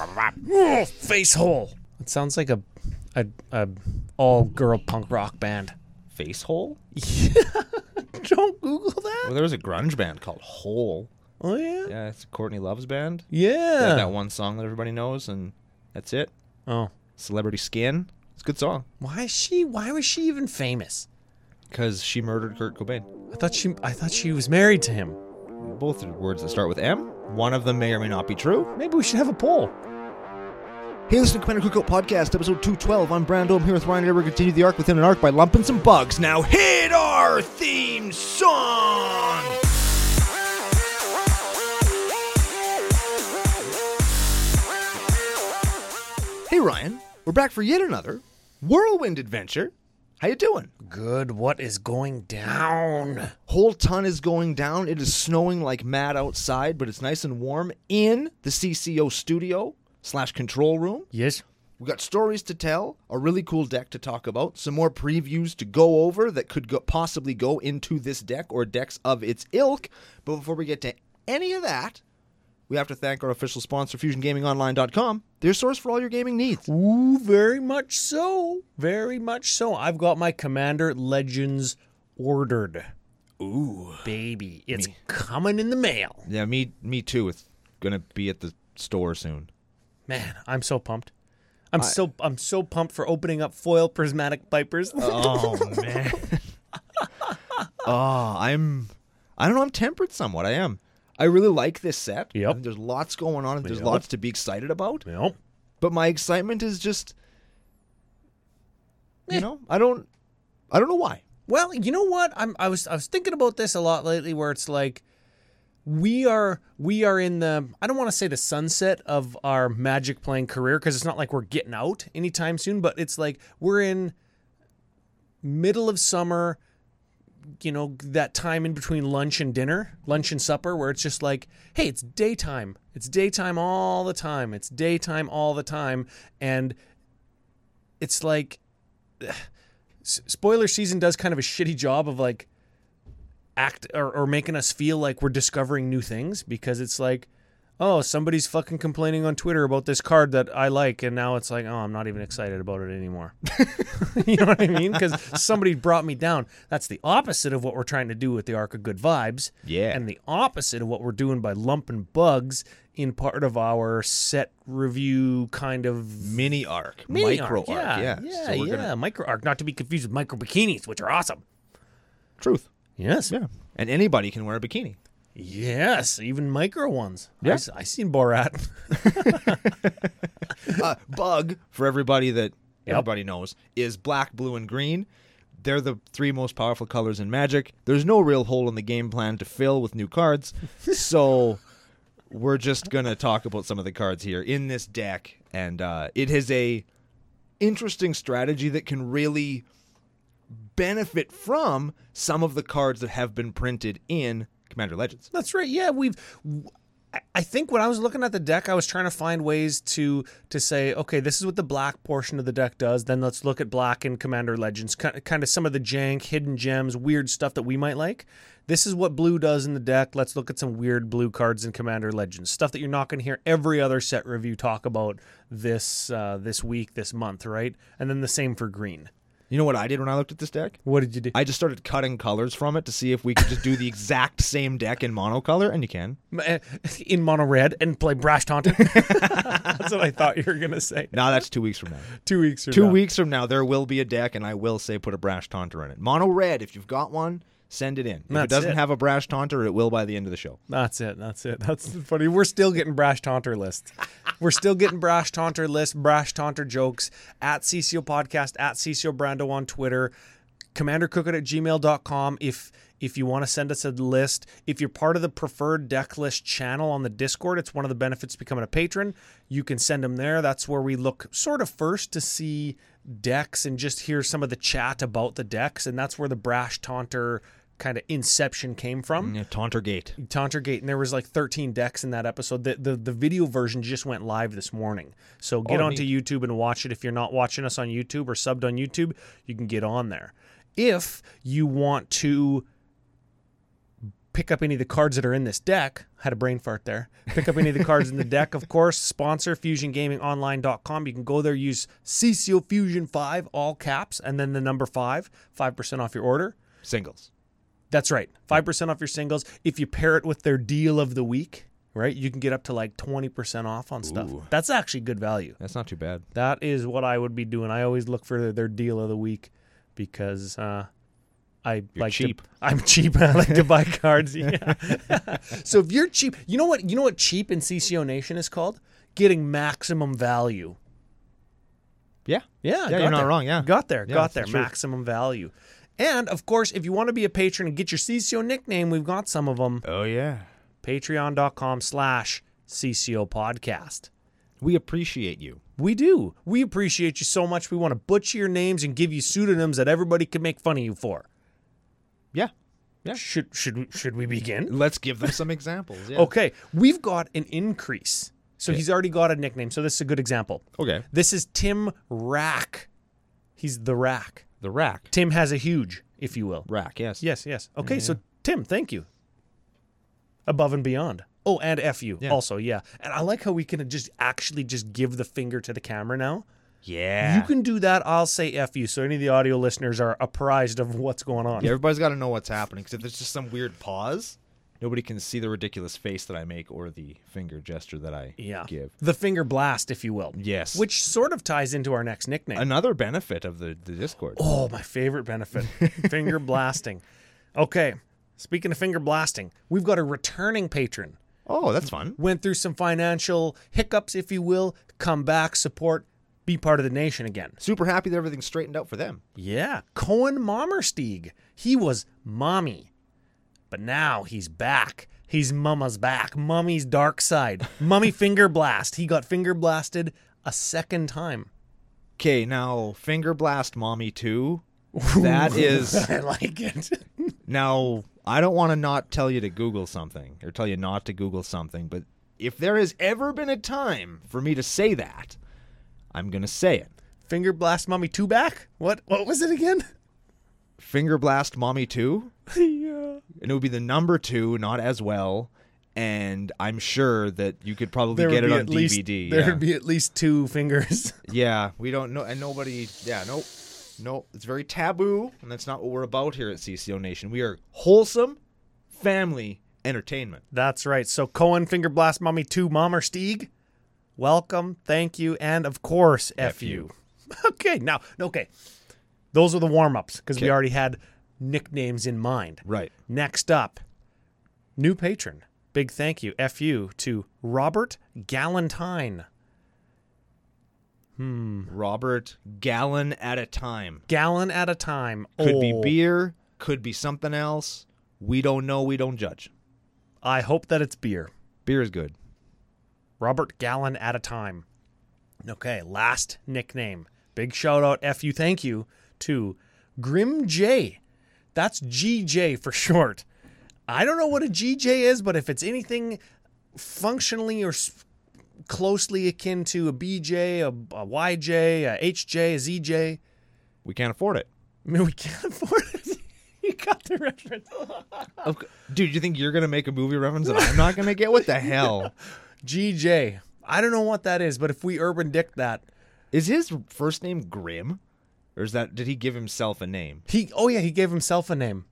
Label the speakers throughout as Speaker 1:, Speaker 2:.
Speaker 1: Ugh, Face hole. It sounds like a a, a all girl punk rock band.
Speaker 2: Face Hole?
Speaker 1: Don't Google that.
Speaker 2: Well, there was a grunge band called Hole.
Speaker 1: Oh yeah.
Speaker 2: Yeah, it's Courtney Love's band. They had
Speaker 1: Yeah.
Speaker 2: That one song that everybody knows, and that's it.
Speaker 1: Oh.
Speaker 2: Celebrity Skin. It's a good song
Speaker 1: Why is she? Why was she even famous?
Speaker 2: because she murdered Kurt Cobain.
Speaker 1: I thought she. I thought she was married to him.
Speaker 2: Both are words that start with M. One of them may or may not be true.
Speaker 1: Maybe we should have a poll.
Speaker 2: Hey, listen to Commander Cookout Podcast, episode 212. I'm Brando. I'm here with Ryan. and We're continue the arc within an arc by lumping some bugs. Now hit our theme song! Hey, Ryan. We're back for yet another whirlwind adventure. How you doing?
Speaker 1: Good. What is going down?
Speaker 2: Whole ton is going down. It is snowing like mad outside, but it's nice and warm in the CCO studio slash control room.
Speaker 1: Yes.
Speaker 2: We got stories to tell, a really cool deck to talk about, some more previews to go over that could go, possibly go into this deck or decks of its ilk. But before we get to any of that, we have to thank our official sponsor, FusionGamingOnline.com, their source for all your gaming needs.
Speaker 1: Ooh, very much so. Very much so. I've got my Commander Legends ordered. Ooh, baby, it's coming in the mail.
Speaker 2: Yeah, me, me too. It's gonna be at the store soon.
Speaker 1: Man, I'm so pumped. I'm so I'm so pumped for opening up foil prismatic pipers.
Speaker 2: Oh man. oh, I'm. I don't know. I'm tempered somewhat. I am. I really like this set. I
Speaker 1: Yep.
Speaker 2: think There's lots going on. There's
Speaker 1: Yep.
Speaker 2: lots to be excited about.
Speaker 1: nope.
Speaker 2: But my excitement is just.
Speaker 1: Eh.
Speaker 2: You know, I don't. I don't know why.
Speaker 1: Well, you know what? I'm I was I was thinking about this a lot lately where it's like we are we are in the I don't want to say the sunset of our magic playing career cuz it's not like we're getting out anytime soon, but it's like we're in middle of summer, you know, that time in between lunch and dinner, lunch and supper where it's just like, hey, it's daytime. It's daytime all the time. It's daytime all the time and it's like s- spoiler season does kind of a shitty job of like act or, or making us feel like we're discovering new things because it's like oh somebody's fucking complaining on twitter about this card that i like and now it's like oh i'm not even excited about it anymore you know what i mean because somebody brought me down that's the opposite of what we're trying to do with the arc of good vibes
Speaker 2: Yeah.
Speaker 1: and the opposite of what we're doing by lumping bugs in part of our set review kind of
Speaker 2: Mini arc,
Speaker 1: Mini
Speaker 2: micro arc. Yeah.
Speaker 1: yeah,
Speaker 2: So we're
Speaker 1: yeah.
Speaker 2: gonna
Speaker 1: Micro arc, not to be confused with micro bikinis, which are awesome.
Speaker 2: truth.
Speaker 1: Yes,
Speaker 2: Yeah. And anybody can wear a bikini.
Speaker 1: yes, even micro ones.
Speaker 2: Yeah.
Speaker 1: I, s- I seen Borat.
Speaker 2: uh, bug for everybody that
Speaker 1: Yep.
Speaker 2: everybody knows is black, blue, and green. They're the three most powerful colors in Magic. There's no real hole in the game plan to fill with new cards, so we're just gonna talk about some of the cards here in this deck, and uh, it is a interesting strategy that can really benefit from some of the cards that have been printed in Commander Legends.
Speaker 1: That's right. Yeah, we've. w- I- I think when I was looking at the deck, I was trying to find ways to to say, okay, this is what the black portion of the deck does. Then let's look at black and Commander Legends, ki- kind of some of the jank, hidden gems, weird stuff that we might like. This is what blue does in the deck. Let's look at some weird blue cards in Commander Legends, stuff that you're not going to hear every other set review talk about this uh, this week, this month, right? And then the same for green.
Speaker 2: You know what I did when I looked at this deck?
Speaker 1: What did you do?
Speaker 2: I just started cutting colors from it to see if we could just do the exact same deck in monocolor, and you can.
Speaker 1: M- in mono red and play Brash Taunton. That's what I thought you were going to say.
Speaker 2: No, that's two weeks from now.
Speaker 1: Two weeks from
Speaker 2: Two
Speaker 1: now.
Speaker 2: weeks from now, there will be a deck, and I will say put a brash taunter in it. Mono red, if you've got one, send it in. If it
Speaker 1: That's
Speaker 2: doesn't
Speaker 1: it.
Speaker 2: have a brash taunter, it will by the end of the show.
Speaker 1: That's it. That's it. That's funny. We're still getting brash taunter lists. We're still getting brash taunter lists, brash taunter jokes at CCO Podcast, at CCO Brando on Twitter, commandercookout at gmail.com. If if you want to send us a list, if you're part of the preferred deck list channel on the Discord, it's one of the benefits of becoming a patron. You can send them there. That's where we look sort of first to see decks and just hear some of the chat about the decks. And that's where the brash taunter kind of inception came from.
Speaker 2: Yeah, taunter gate.
Speaker 1: Taunter Gate, and there was like 13 decks in that episode. The, the the video version just went live this morning, so get
Speaker 2: Oh,
Speaker 1: onto YouTube and watch it. If you're not watching us on YouTube or subbed on YouTube, you can get on there. If you want to pick up any of the cards that are in this deck. Had a brain fart there. Pick up any of the cards in the deck, of course. Sponsor fusiongamingonline.com. You can go there, use CCO Fusion 5, all caps, and then the number 5, 5% off your order.
Speaker 2: Singles.
Speaker 1: That's right. 5% off your singles. If you pair it with their deal of the week, right, you can get up to like 20% off on stuff.
Speaker 2: Ooh.
Speaker 1: That's actually good value.
Speaker 2: That's not too bad.
Speaker 1: That is what I would be doing. I always look for their deal of the week because uh, I
Speaker 2: You're
Speaker 1: like to-
Speaker 2: cheap.
Speaker 1: I'm cheap. and I like to buy cards. Yeah. so if you're cheap, you know what you know what cheap in CCO Nation is called? Getting maximum value.
Speaker 2: Yeah.
Speaker 1: Yeah,
Speaker 2: Yeah,
Speaker 1: got
Speaker 2: you're not
Speaker 1: there.
Speaker 2: wrong, yeah.
Speaker 1: got there,
Speaker 2: Yeah,
Speaker 1: got
Speaker 2: that's
Speaker 1: there.
Speaker 2: the truth.
Speaker 1: Maximum value. And of course, if you want to be a patron and get your CCO nickname, we've got some of them.
Speaker 2: Oh yeah.
Speaker 1: Patreon.com/slash CCO podcast.
Speaker 2: We appreciate you.
Speaker 1: We do. We appreciate you so much. We want to butcher your names and give you pseudonyms that everybody can make fun of you for.
Speaker 2: Yeah.
Speaker 1: Should should we- should we begin?
Speaker 2: Let's give them some examples. Yeah.
Speaker 1: Okay, we've got an increase. So he's already got a nickname. So this is a good example.
Speaker 2: Okay.
Speaker 1: This is Tim Rack. He's the Rack.
Speaker 2: The rack.
Speaker 1: Tim has a huge, if you will.
Speaker 2: Rack. Yes.
Speaker 1: Yes, yes. Okay, so Tim, thank you. Above and beyond. Oh, and fu
Speaker 2: Yeah.
Speaker 1: also, yeah. And I like how we can just actually just give the finger to the camera now.
Speaker 2: Yeah.
Speaker 1: You can do that. I'll say F you. So any of the audio listeners are apprised of what's going on.
Speaker 2: Yeah, everybody's got to know what's happening because if there's just some weird pause, nobody can see the ridiculous face that I make or the finger gesture that I
Speaker 1: Yeah.
Speaker 2: give.
Speaker 1: The finger blast, if you will.
Speaker 2: Yes.
Speaker 1: Which sort of ties into our next nickname.
Speaker 2: Another benefit of the, the Discord.
Speaker 1: oh, my favorite benefit finger blasting. Okay. Speaking of finger blasting, we've got a returning patron.
Speaker 2: Oh, that's fun.
Speaker 1: Went through some financial hiccups, if you will, come back, support, be part of the nation again.
Speaker 2: Super happy that everything's straightened out for them.
Speaker 1: Yeah, Cohen Mommersteig. He was mommy, but now he's back. He's mama's back. Mummy's dark side. Mummy finger blast. He got finger blasted a second time.
Speaker 2: Okay, now finger blast mommy too. That is
Speaker 1: I like it.
Speaker 2: now I don't want to not tell you to Google something or tell you not to Google something, but if there has ever been a time for me to say that, I'm gonna say it.
Speaker 1: Finger blast mummy two back. What? What was it again?
Speaker 2: Finger blast mommy too.
Speaker 1: yeah.
Speaker 2: and it would be the number two, not as well. And I'm sure that you could probably
Speaker 1: There
Speaker 2: get
Speaker 1: would be
Speaker 2: it on
Speaker 1: at least
Speaker 2: DVD.
Speaker 1: there
Speaker 2: yeah.
Speaker 1: would be at least two fingers.
Speaker 2: yeah, we don't know, and nobody. Yeah, nope, nope. It's very taboo, and that's not what we're about here at CCO Nation. We are wholesome family entertainment.
Speaker 1: That's right. So Cohen Finger Blast Mommy 2 Mommersteig, welcome, thank you, and of course, F, you. Okay, now, okay. Those are the warm ups because we
Speaker 2: Okay.
Speaker 1: already had nicknames in mind.
Speaker 2: Right.
Speaker 1: Next up, new patron. Big thank you, F you, to Robert Gallantine.
Speaker 2: Mm. Robert, gallon at a time.
Speaker 1: Gallon at a time.
Speaker 2: Could be
Speaker 1: Oh,
Speaker 2: beer, could be something else. We don't know. We don't judge.
Speaker 1: I hope that it's beer.
Speaker 2: Beer is good.
Speaker 1: Robert Gallon at a time. Okay, last nickname. Big shout out, F you, thank you, to Grim J. That's GJ for short. I don't know what a GJ is, but if it's anything functionally or s- closely akin to a BJ, a, a YJ, a HJ, a ZJ,
Speaker 2: We can't afford it.
Speaker 1: I mean, we can't afford it. you got the reference.
Speaker 2: Dude, you think you're gonna make a movie reference that I'm not gonna get? What the hell?
Speaker 1: GJ. I don't know what that is, but if we urban dict that,
Speaker 2: Is his first name Grim? Or is that did he give himself a name?
Speaker 1: He oh yeah, he gave himself a name.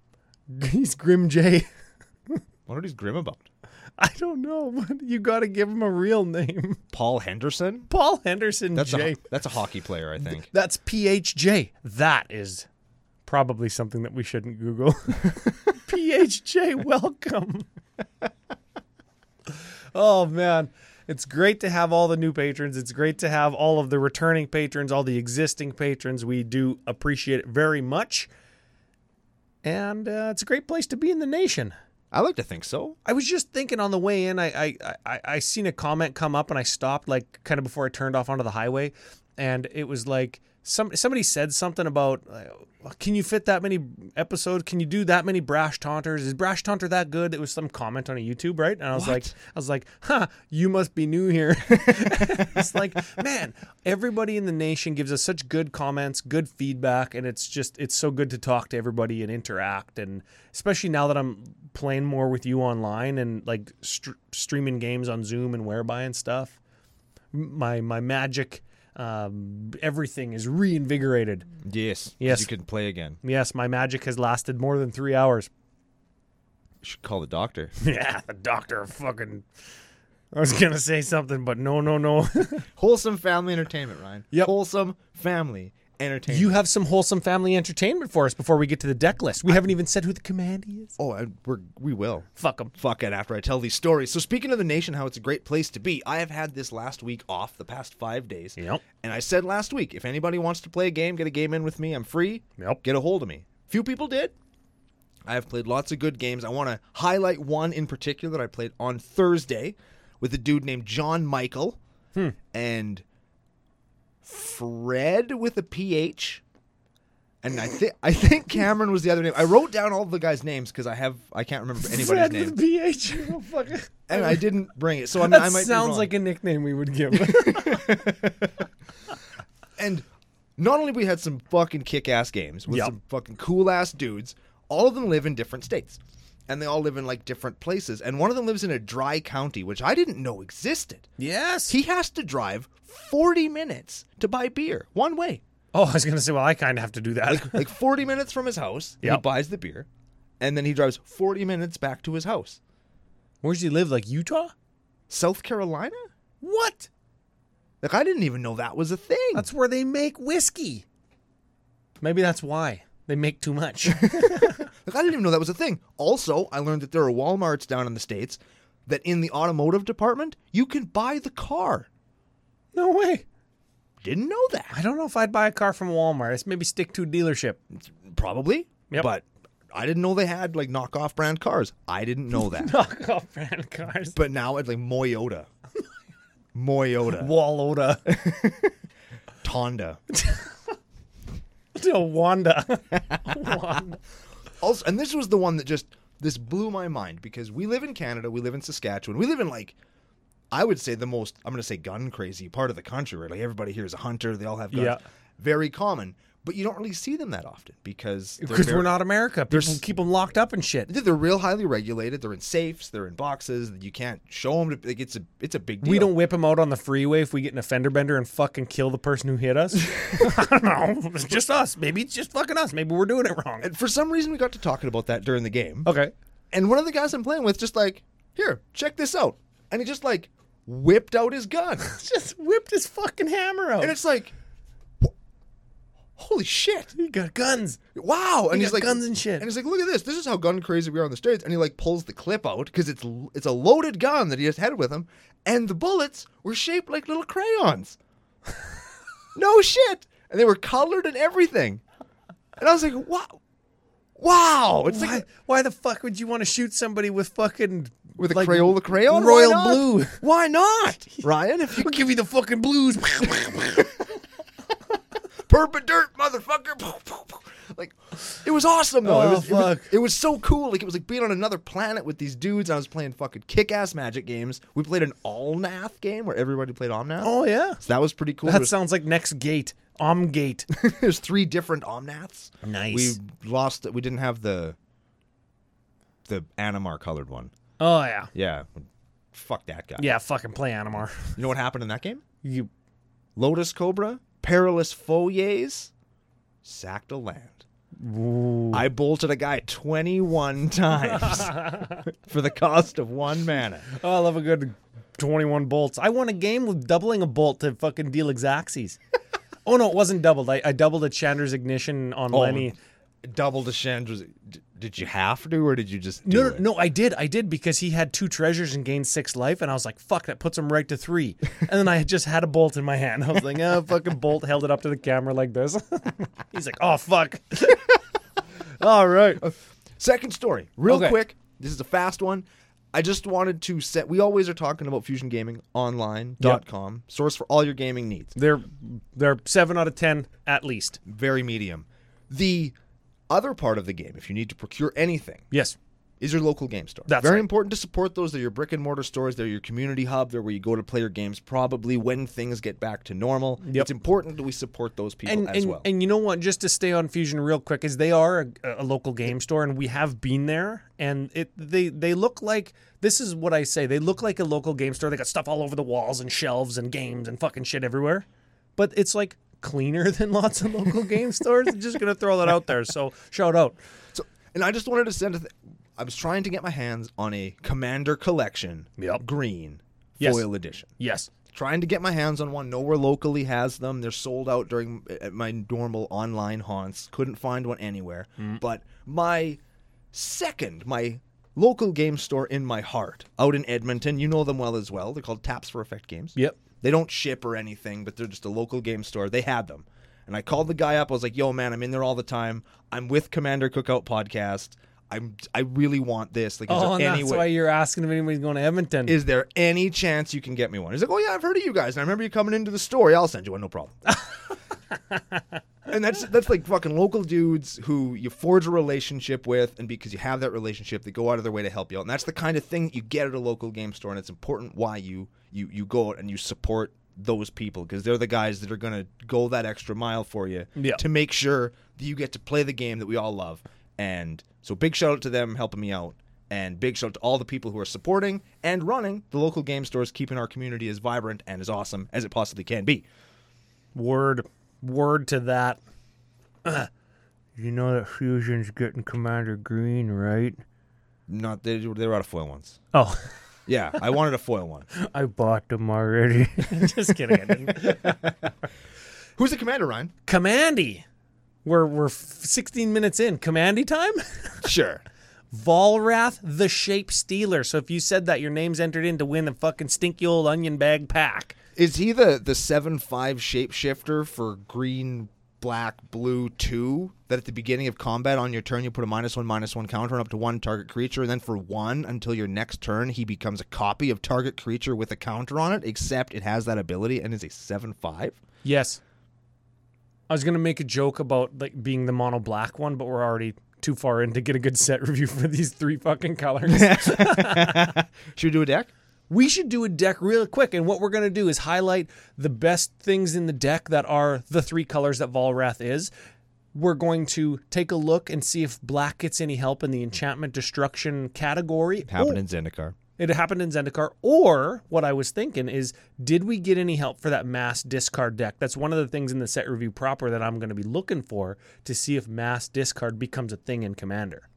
Speaker 1: He's Grim J.
Speaker 2: What is Grim about?
Speaker 1: I don't know, but you got to give him a real name.
Speaker 2: Paul Henderson?
Speaker 1: Paul Henderson
Speaker 2: That's
Speaker 1: J.
Speaker 2: a that's a hockey player, I think.
Speaker 1: That's PHJ. That is probably something that we shouldn't Google. PHJ, welcome. oh man, it's great to have all the new patrons. It's great to have all of the returning patrons, all the existing patrons. We do appreciate it very much. And uh, it's a great place to be in the nation.
Speaker 2: I like to think so.
Speaker 1: I was just thinking on the way in, I I, I I seen a comment come up and I stopped like kind of before I turned off onto the highway, and it was like some somebody said something about uh, can you fit that many episodes? Can you do that many brash taunters? Is brash taunter that good? It was some comment on a YouTube, right? And I was like, I was like, huh, you must be new here. it's like, man, everybody in the nation gives us such good comments, good feedback, and it's just it's so good to talk to everybody and interact, and especially now that I'm playing more with you online and like str- streaming games on Zoom and Whereby and stuff. My my magic, um, everything is reinvigorated.
Speaker 2: Yes.
Speaker 1: Yes.
Speaker 2: You can play again.
Speaker 1: Yes, my magic has lasted more than three hours.
Speaker 2: You should call the doctor.
Speaker 1: yeah, the doctor fucking. I was gonna say something, but no, no, no.
Speaker 2: Wholesome family entertainment, Ryan.
Speaker 1: Yep.
Speaker 2: Wholesome family entertainment.
Speaker 1: you have some wholesome family entertainment for us before we get to the deck list. We haven't even said who the commandee is.
Speaker 2: oh, and we're, we will.
Speaker 1: Fuck him.
Speaker 2: Fuck it after I tell these stories. So, speaking of the nation, how it's a great place to be, I have had this last week off the past five days.
Speaker 1: Yep.
Speaker 2: And I said last week, if anybody wants to play a game, get a game in with me. I'm free.
Speaker 1: Yep.
Speaker 2: Get a hold of me. Few people did. I have played lots of good games. I want to highlight one in particular that I played on Thursday with a dude named John Michael
Speaker 1: Hmm.
Speaker 2: and Fred with a PH. And I think I think Cameron was the other name. I wrote down all the guys' names because I have I can't remember anybody's
Speaker 1: Fred
Speaker 2: name,
Speaker 1: with BH. Oh, fuck.
Speaker 2: and I didn't bring it. So I'm,
Speaker 1: That
Speaker 2: I might be
Speaker 1: sounds
Speaker 2: wrong.
Speaker 1: like a nickname we would give.
Speaker 2: And not only we had some fucking kick-ass games with
Speaker 1: Yep.
Speaker 2: some fucking cool-ass dudes, all of them live in different states, and they all live in like different places. And one of them lives in a dry county, which I didn't know existed.
Speaker 1: yes.
Speaker 2: He has to drive forty minutes to buy beer one way,
Speaker 1: Oh, I was gonna say. Well, I kind of have to do that.
Speaker 2: like forty minutes from his house. He
Speaker 1: Yep.
Speaker 2: buys the beer, and then he drives forty minutes back to his house.
Speaker 1: Where does he live? Like Utah?
Speaker 2: South Carolina?
Speaker 1: What?
Speaker 2: Like I didn't even know that was a thing.
Speaker 1: That's where they make whiskey. Maybe that's why they make too much.
Speaker 2: Like, I didn't even know that was a thing. Also, I learned that there are Walmarts down in the States that in the automotive department, you can buy the car.
Speaker 1: no way.
Speaker 2: Didn't know that.
Speaker 1: I don't know if I'd buy a car from Walmart. It's maybe stick to a dealership.
Speaker 2: Probably.
Speaker 1: Yep.
Speaker 2: But I didn't know they had like knockoff brand cars. I didn't know that.
Speaker 1: Knock off brand cars.
Speaker 2: but now it's like Moyota. Moyota.
Speaker 1: Walloda.
Speaker 2: Tonda.
Speaker 1: no, Wanda. Wanda.
Speaker 2: Also, and this was the one that just this blew my mind because we live in Canada, we live in Saskatchewan, we live in like I would say the most I'm going to say gun crazy part of the country. Right? Like everybody here is a hunter, they all have guns,
Speaker 1: Yeah.
Speaker 2: very common. But you don't really see them that often because they're
Speaker 1: Because
Speaker 2: very-
Speaker 1: we're not America. People
Speaker 2: There's-
Speaker 1: keep them locked up and shit.
Speaker 2: They're real highly regulated. They're in safes. They're in boxes. You can't show them. To, like it's a it's a big deal.
Speaker 1: We don't whip them out on the freeway if we get in a fender bender and fucking kill the person who hit us. I don't know. It's just us. Maybe it's just fucking us. Maybe we're doing it wrong.
Speaker 2: And for some reason, we got to talking about that during the game.
Speaker 1: Okay.
Speaker 2: And one of the guys I'm playing with just like, here, check this out. And he just like whipped out his gun.
Speaker 1: Just whipped his fucking hammer out.
Speaker 2: And it's like, wh- holy shit!
Speaker 1: he got guns.
Speaker 2: Wow! And he's
Speaker 1: got
Speaker 2: like
Speaker 1: guns and shit.
Speaker 2: And he's like, look at this. This is how gun crazy we are on the states. And he like pulls the clip out because it's l- it's a loaded gun that he just had with him, and the bullets were shaped like little crayons. no shit! And they were colored and everything. And I was like, wow, wow! It's
Speaker 1: Why,
Speaker 2: like
Speaker 1: why the fuck would you want to shoot somebody with fucking
Speaker 2: with a
Speaker 1: like,
Speaker 2: Crayola crayon, Why
Speaker 1: royal
Speaker 2: not?
Speaker 1: blue?
Speaker 2: Why not, Ryan? If you
Speaker 1: We'll give you the fucking blues.
Speaker 2: Purple dirt, motherfucker. Like, it was awesome though. it,
Speaker 1: Oh,
Speaker 2: was, It, was,
Speaker 1: fuck.
Speaker 2: it was so cool. Like it was like being on another planet with these dudes. I was playing fucking kick-ass magic games. We played an all-nath game where everybody played omnath.
Speaker 1: oh yeah,
Speaker 2: So that was pretty cool.
Speaker 1: that
Speaker 2: There's,
Speaker 1: sounds like next gate. Omgate.
Speaker 2: there's three different omnaths.
Speaker 1: Nice.
Speaker 2: We lost. We didn't have the the Animar colored one.
Speaker 1: Oh yeah,
Speaker 2: Yeah. Fuck that guy.
Speaker 1: yeah. Fucking play Animar.
Speaker 2: You know what happened in that game?
Speaker 1: You
Speaker 2: Lotus Cobra, Perilous Foyers, sacked a land. I bolted a guy 21 times for the cost of one mana.
Speaker 1: Oh, I love a good 21 bolts. I won a game with doubling a bolt to fucking deal Xaxes. oh, no, it wasn't doubled. I, I doubled a Chandra's ignition on Lenny.
Speaker 2: Double to Chandra's. d- Did you have to, or did you just do
Speaker 1: No, no,
Speaker 2: it?
Speaker 1: no, I did. I did because he had two treasures and gained six life. And I was like, fuck, that puts him right to three. And then I had just had a bolt in my hand. I was like, oh, fucking bolt held it up to the camera like this. He's like, oh, fuck. All right.
Speaker 2: Uh, Second story, real
Speaker 1: Okay.
Speaker 2: quick. This is a fast one. I just wanted to set. We always are talking about fusiongamingonline.com, source for all your gaming needs.
Speaker 1: They're they're seven out of ten at least.
Speaker 2: Very medium. The other part of the game, if you need to procure anything,
Speaker 1: Yes.
Speaker 2: is your local game store.
Speaker 1: That's
Speaker 2: Very
Speaker 1: right.
Speaker 2: important to support those. They're your brick and mortar stores. They're your community hub. They're where you go to play your games. Probably when things get back to normal,
Speaker 1: Yep.
Speaker 2: it's important that we support those people
Speaker 1: And
Speaker 2: as
Speaker 1: and,
Speaker 2: well.
Speaker 1: and you know what? Just to stay on Fusion real quick, is they are a, a local game store, and we have been there, and it they they look like this is what I say. They look like a local game store. They got stuff all over the walls and shelves and games and fucking shit everywhere, but it's like cleaner than lots of local game stores. I'm just gonna throw that out there. So shout out.
Speaker 2: So, and I just wanted to send. A th- I was trying to get my hands on a Commander Collection
Speaker 1: Yep.
Speaker 2: green
Speaker 1: Yes.
Speaker 2: foil edition.
Speaker 1: Yes.
Speaker 2: Trying to get my hands on one. Nowhere locally has them. They're sold out during uh, at my normal online haunts. Couldn't find one anywhere.
Speaker 1: Mm.
Speaker 2: But my second, my local game store in my heart, out in Edmonton. You know them well as well. They're called Taps for Effect Games.
Speaker 1: Yep.
Speaker 2: They don't ship or anything, but they're just a local game store. They had them. And I called the guy up. I was like, "Yo, man, I'm in there all the time. I'm with Commander Cookout Podcast. I'm I really want this. Like, is
Speaker 1: Oh, and
Speaker 2: there any
Speaker 1: that's
Speaker 2: way-
Speaker 1: why you're asking if anybody's going to Edmonton.
Speaker 2: is there any chance you can get me one? He's like, oh yeah, I've heard of you guys, and I remember you coming into the store. Yeah, I'll send you one, no problem. and that's that's like fucking local dudes who you forge a relationship with, and because you have that relationship, they go out of their way to help you out, and that's the kind of thing that you get at a local game store, and it's important why you you you go out and you support those people because they're the guys that are gonna go that extra mile for you
Speaker 1: Yeah.
Speaker 2: to make sure that you get to play the game that we all love. And so big shout out to them helping me out. And big shout out to all the people who are supporting and running the local game stores, keeping our community as vibrant and as awesome as it possibly can be.
Speaker 1: Word, word to that. You know that Fusion's getting Commander Green, right?
Speaker 2: Not they, they were out of foil ones.
Speaker 1: Oh,
Speaker 2: Yeah, I wanted a foil one.
Speaker 1: I bought them already. Just kidding. I didn't.
Speaker 2: Who's the commander, Ryan?
Speaker 1: Commandy. We're we're 16 minutes in. Commandy time.
Speaker 2: Sure.
Speaker 1: Volrath the Shape Stealer. So if you said that, your name's entered in to win a fucking stinky old onion bag pack.
Speaker 2: Is he the the seven five shapeshifter for green, black, blue two? That at the beginning of combat on your turn you put a minus one minus one counter on up to one target creature, and then for one until your next turn he becomes a copy of target creature with a counter on it, except it has that ability and is a seven five.
Speaker 1: Yes. I was gonna make a joke about like being the mono black one, but we're already too far in to get a good set review for these three fucking colors.
Speaker 2: Should we do a deck?
Speaker 1: we should do a deck real quick, and what we're gonna do is highlight the best things in the deck that are the three colors that Volrath is. We're going to take a look and see if black gets any help in the enchantment destruction category.
Speaker 2: Happened in Zendikar.
Speaker 1: It happened in Zendikar. Or what I was thinking is, did we get any help for that mass discard deck? That's one of the things in the set review proper that I'm going to be looking for to see if mass discard becomes a thing in Commander.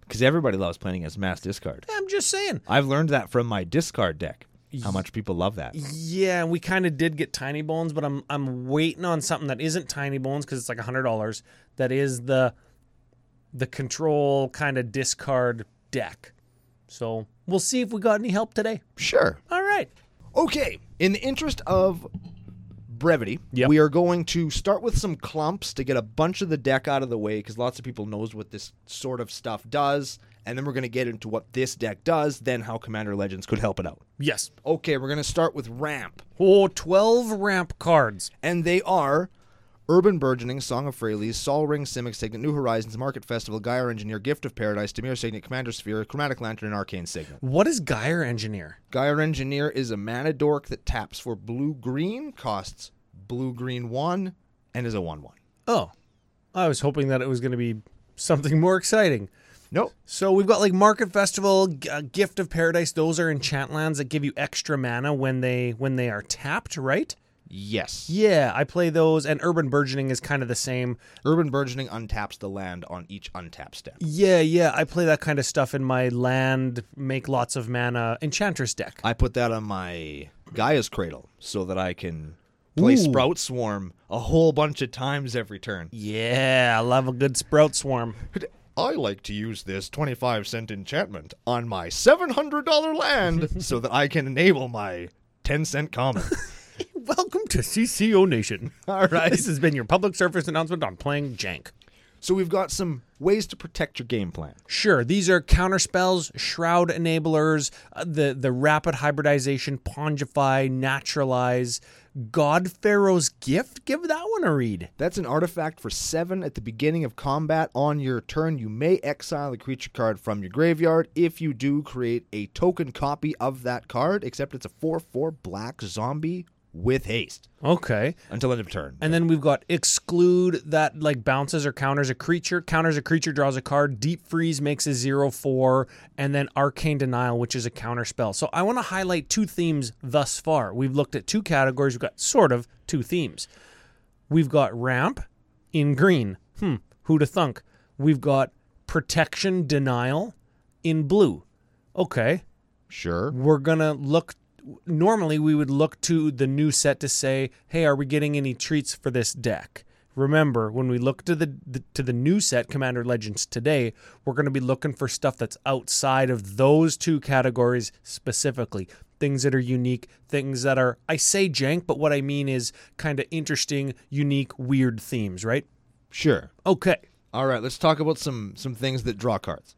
Speaker 2: Because everybody loves playing as mass discard.
Speaker 1: I'm just saying.
Speaker 2: I've learned that from my discard deck. How much people love that.
Speaker 1: Yeah, we kind of did get Tiny Bones, but I'm I'm waiting on something that isn't Tiny Bones because it's like hundred dollars. That is the the control kind of discard deck. So we'll see if we got any help today.
Speaker 2: Sure.
Speaker 1: All right.
Speaker 2: Okay, in the interest of brevity,
Speaker 1: Yep.
Speaker 2: we are going to start with some clumps to get a bunch of the deck out of the way because lots of people knows what this sort of stuff does, and then we're going to get into what this deck does, then how Commander Legends could help it out.
Speaker 1: Yes.
Speaker 2: Okay, we're going to start with ramp,
Speaker 1: Oh, 12 ramp cards.
Speaker 2: and they are Urban Burgeoning, Song of Fraley's, Sol Ring, Simic Signet, New Horizons, Market Festival, Gaia Engineer, Gift of Paradise, Demir Signet, Commander Sphere, Chromatic Lantern, and Arcane Signet.
Speaker 1: What is Geyer Engineer?
Speaker 2: Gaia Engineer is a mana dork that taps for blue green, costs blue green one, and is a one one.
Speaker 1: Oh, I was hoping that it was going to be something more exciting.
Speaker 2: Nope.
Speaker 1: So we've got like Market Festival, G- uh, Gift of Paradise. Those are enchant lands that give you extra mana when they when they are tapped, right?
Speaker 2: Yes.
Speaker 1: Yeah, I play those, and Urban Burgeoning is kind of the same.
Speaker 2: Urban Burgeoning untaps the land on each untap step.
Speaker 1: Yeah, yeah, I play that kind of stuff in my land, make lots of mana enchantress deck.
Speaker 2: I put that on my Gaia's Cradle so that I can play
Speaker 1: Ooh.
Speaker 2: Sprout Swarm a whole bunch of times every turn.
Speaker 1: Yeah, I love a good sprout swarm.
Speaker 2: I like to use this 25 cent enchantment on my $700 land so that I can enable my 10 cent common.
Speaker 1: Welcome to CCO Nation.
Speaker 2: All right.
Speaker 1: This has been your public service announcement on playing Jank.
Speaker 2: So we've got some ways to protect your game plan.
Speaker 1: Sure, these are counter spells, shroud enablers, uh, the the rapid hybridization, pongify, naturalize, God Pharaoh's gift. Give that one a read.
Speaker 2: That's an artifact for seven at the beginning of combat on your turn. You may exile a creature card from your graveyard. If you do, create a token copy of that card, except it's a 4 4 black zombie with haste
Speaker 1: Okay,
Speaker 2: until end of turn.
Speaker 1: and then we've got exclude that like bounces or counters a creature, counters a creature, draws a card. Deep freeze makes a zero four, and then arcane denial, which is a counter spell. So I want to highlight two themes thus far. We've looked at two categories. We've got sort of two themes. We've got ramp in green. Hmm, who to thunk? We've got protection denial in blue. Okay,
Speaker 2: Sure.
Speaker 1: we're gonna look. Normally, we would look to the new set to say, "Hey, are we getting any treats for this deck?" Remember, when we look to the, the to the new set Commander Legends today, we're going to be looking for stuff that's outside of those two categories specifically. Things that are unique, things that are I say jank, but what I mean is kind of interesting, unique, weird themes, right?
Speaker 2: Sure.
Speaker 1: Okay,
Speaker 2: All right, let's talk about some some things that draw cards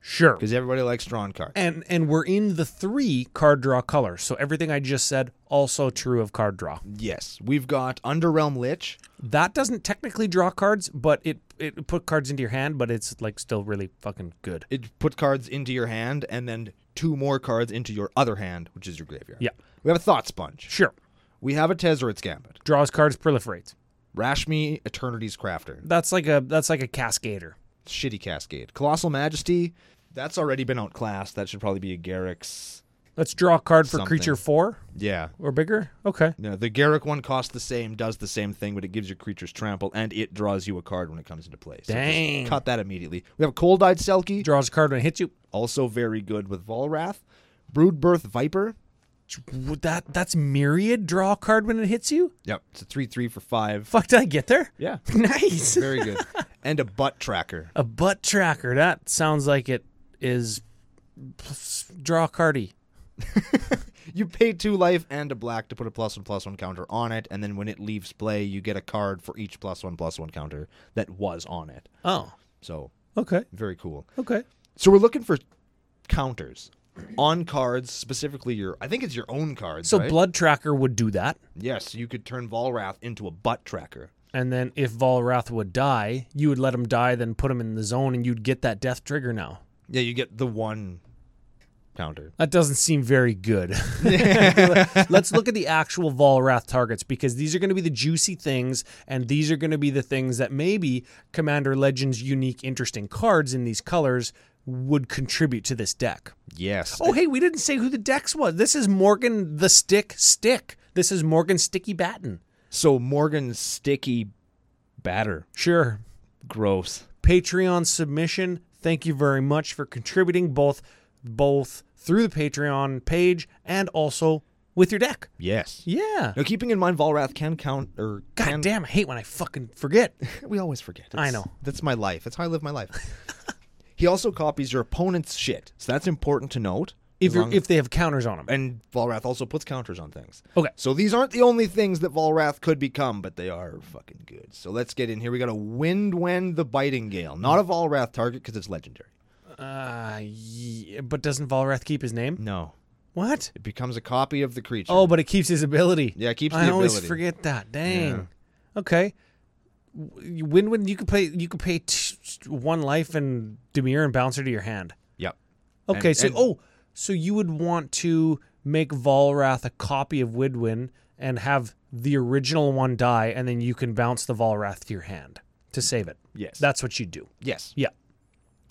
Speaker 1: sure.
Speaker 2: because everybody likes drawing cards.
Speaker 1: And and we're in the three card draw colors, so everything I just said also true of card draw.
Speaker 2: Yes, we've got Underrealm Lich.
Speaker 1: that doesn't technically draw cards, but it it put cards into your hand, but it's like still really fucking good.
Speaker 2: It put cards into your hand and then two more cards into your other hand, which is your graveyard.
Speaker 1: Yeah.
Speaker 2: We have a Thought Sponge.
Speaker 1: Sure,
Speaker 2: We have a Tezzeret's Gambit.
Speaker 1: draws cards, proliferates.
Speaker 2: Rashmi, Eternity's Crafter.
Speaker 1: That's like a that's like a cascader.
Speaker 2: Shitty Cascade. Colossal Majesty. That's already been outclassed. That should probably be a Garrick's.
Speaker 1: Let's draw a card for
Speaker 2: Something.
Speaker 1: creature four
Speaker 2: Yeah.
Speaker 1: or bigger. Okay,
Speaker 2: No, the Garrick one costs the same, does the same thing, but it gives your creatures trample, and it draws you a card when it comes into play. So just
Speaker 1: Dang.
Speaker 2: cut that immediately. We have a Cold Eyed Selkie,
Speaker 1: draws a card when it hits you.
Speaker 2: also very good with Volrath. Broodbirth Viper.
Speaker 1: Would That that's myriad. Draw a card when it hits you.
Speaker 2: Yep. It's a 3 3 for 5.
Speaker 1: Fuck, did I get there?
Speaker 2: Yeah.
Speaker 1: nice.
Speaker 2: Very good. and a Butt Tracker.
Speaker 1: a butt tracker. That sounds like it is. Draw a cardy.
Speaker 2: You pay two life and a black to put a plus one plus one counter on it, and then when it leaves play, you get a card for each plus one plus one counter that was on it.
Speaker 1: Oh,
Speaker 2: So
Speaker 1: okay,
Speaker 2: very cool.
Speaker 1: okay.
Speaker 2: So we're looking for counters on cards, specifically your. I think it's your own cards.
Speaker 1: So
Speaker 2: right?
Speaker 1: blood tracker would do that.
Speaker 2: yes, you could turn Volrath into a butt tracker.
Speaker 1: and then if Volrath would die, you would let him die, then put him in the zone, and you'd get that death trigger now.
Speaker 2: Yeah, you get the one counter.
Speaker 1: That doesn't seem very good. Let's look at the actual Volrath targets because these are going to be the juicy things, and these are going to be the things that maybe Commander Legends' unique, interesting cards in these colors would contribute to this deck.
Speaker 2: Yes.
Speaker 1: Oh, hey, we didn't say who the decks was. This is Morgan the Stick Stick. This is Morgan Sticky Batten.
Speaker 2: So Morgan's sticky batter.
Speaker 1: Sure.
Speaker 2: Gross.
Speaker 1: Patreon submission. Thank you very much for contributing both both through the Patreon page and also with your deck.
Speaker 2: Yes.
Speaker 1: Yeah.
Speaker 2: Now, keeping in mind, Volrath can count or
Speaker 1: God
Speaker 2: can
Speaker 1: damn, I hate when I fucking forget.
Speaker 2: We always forget.
Speaker 1: I
Speaker 2: It's-
Speaker 1: know.
Speaker 2: That's my life. That's how I live my life. he also copies your opponent's shit, so that's important to note.
Speaker 1: If
Speaker 2: As Eh.
Speaker 1: you're,
Speaker 2: long-
Speaker 1: if they have counters on them.
Speaker 2: and Volrath also puts counters on things.
Speaker 1: Okay.
Speaker 2: So these aren't the only things that Volrath could become, but they are fucking good. So let's get in here. We got a Windwend the Biting Gale, not a Volrath target because it's legendary.
Speaker 1: Uh, yeah, but doesn't Volrath keep his name?
Speaker 2: No,
Speaker 1: What?
Speaker 2: it becomes a copy of the creature.
Speaker 1: Oh, but it keeps his ability.
Speaker 2: Yeah, it keeps
Speaker 1: I
Speaker 2: the
Speaker 1: always
Speaker 2: ability.
Speaker 1: forget that. Dang. Okay. Win win. You could play. You could pay t- one life and Demir and Bouncer to your hand.
Speaker 2: yep.
Speaker 1: Okay,
Speaker 2: And-
Speaker 1: so
Speaker 2: and-
Speaker 1: oh, so you would want to make Volrath a copy of Widwin and have the original one die, and then you can bounce the Volrath to your hand to save it.
Speaker 2: Yes.
Speaker 1: That's what you do.
Speaker 2: yes.
Speaker 1: Yeah.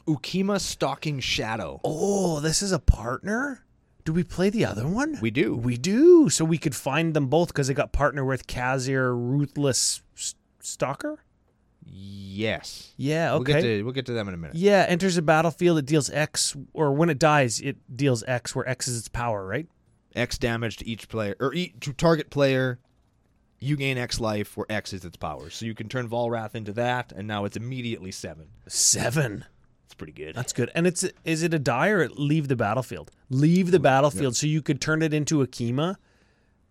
Speaker 2: Ukima Stalking Shadow.
Speaker 1: Oh, this is a partner. Do we play the other one?
Speaker 2: We do.
Speaker 1: We do. So we could find them both because they got partner with Kazir Ruthless S- Stalker.
Speaker 2: Yes.
Speaker 1: Yeah.
Speaker 2: We'll get
Speaker 1: Okay.
Speaker 2: to we'll get to them in a minute.
Speaker 1: yeah. Enters the battlefield. It deals X, or when it dies, it deals X, where X is its power. Right.
Speaker 2: X damage to each player or e- to target player. You gain X life, where X is its power. So you can turn Volrath into that, and now it's immediately seven.
Speaker 1: Seven.
Speaker 2: It's pretty good.
Speaker 1: That's good. And it's is it a die or it leave the battlefield? Leave the battlefield so you could turn it into a Kima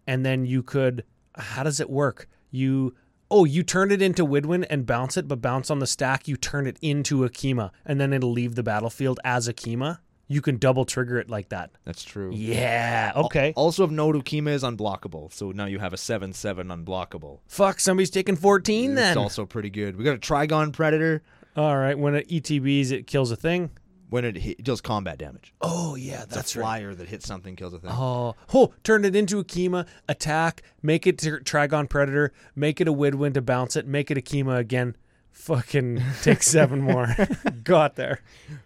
Speaker 1: and then you could how does it work? You oh, you turn it into Widwin and bounce it, but bounce on the stack, you turn it into Akima, and then it'll leave the battlefield as Akima. You can double trigger it like that.
Speaker 2: That's true.
Speaker 1: Yeah. Okay.
Speaker 2: Also, of note, Ukima is unblockable, so now you have a 7 7 unblockable.
Speaker 1: Fuck, somebody's taking 14
Speaker 2: It's
Speaker 1: then.
Speaker 2: also pretty good. We got a Trigon Predator.
Speaker 1: All right. When it ETBs, it kills a thing.
Speaker 2: When it, hit, it deals combat damage,
Speaker 1: Oh, yeah.
Speaker 2: it's a flyer that hits something, kills a thing.
Speaker 1: Oh, oh, turn it into Akima, attack, make it to Trigon Predator, make it a Widwind to bounce it, make it Akima again. Fucking take seven more. Got there.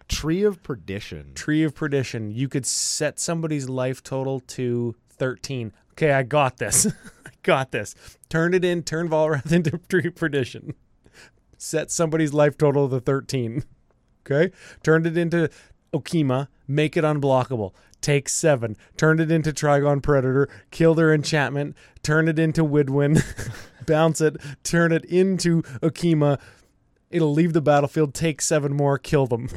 Speaker 2: Tree of Perdition.
Speaker 1: Tree of Perdition. You could set somebody's life total to 13. Okay, I got this. I got this. Turn it in, turn Volrath into Tree of Perdition. Set somebody's life total to 13. Okay? Turned it into Okima, make it unblockable. Take seven. Turned it into Trigon Predator, kill their enchantment, turn it into Widwin, bounce it, turn it into Okima. It'll leave the battlefield, take seven more, kill them.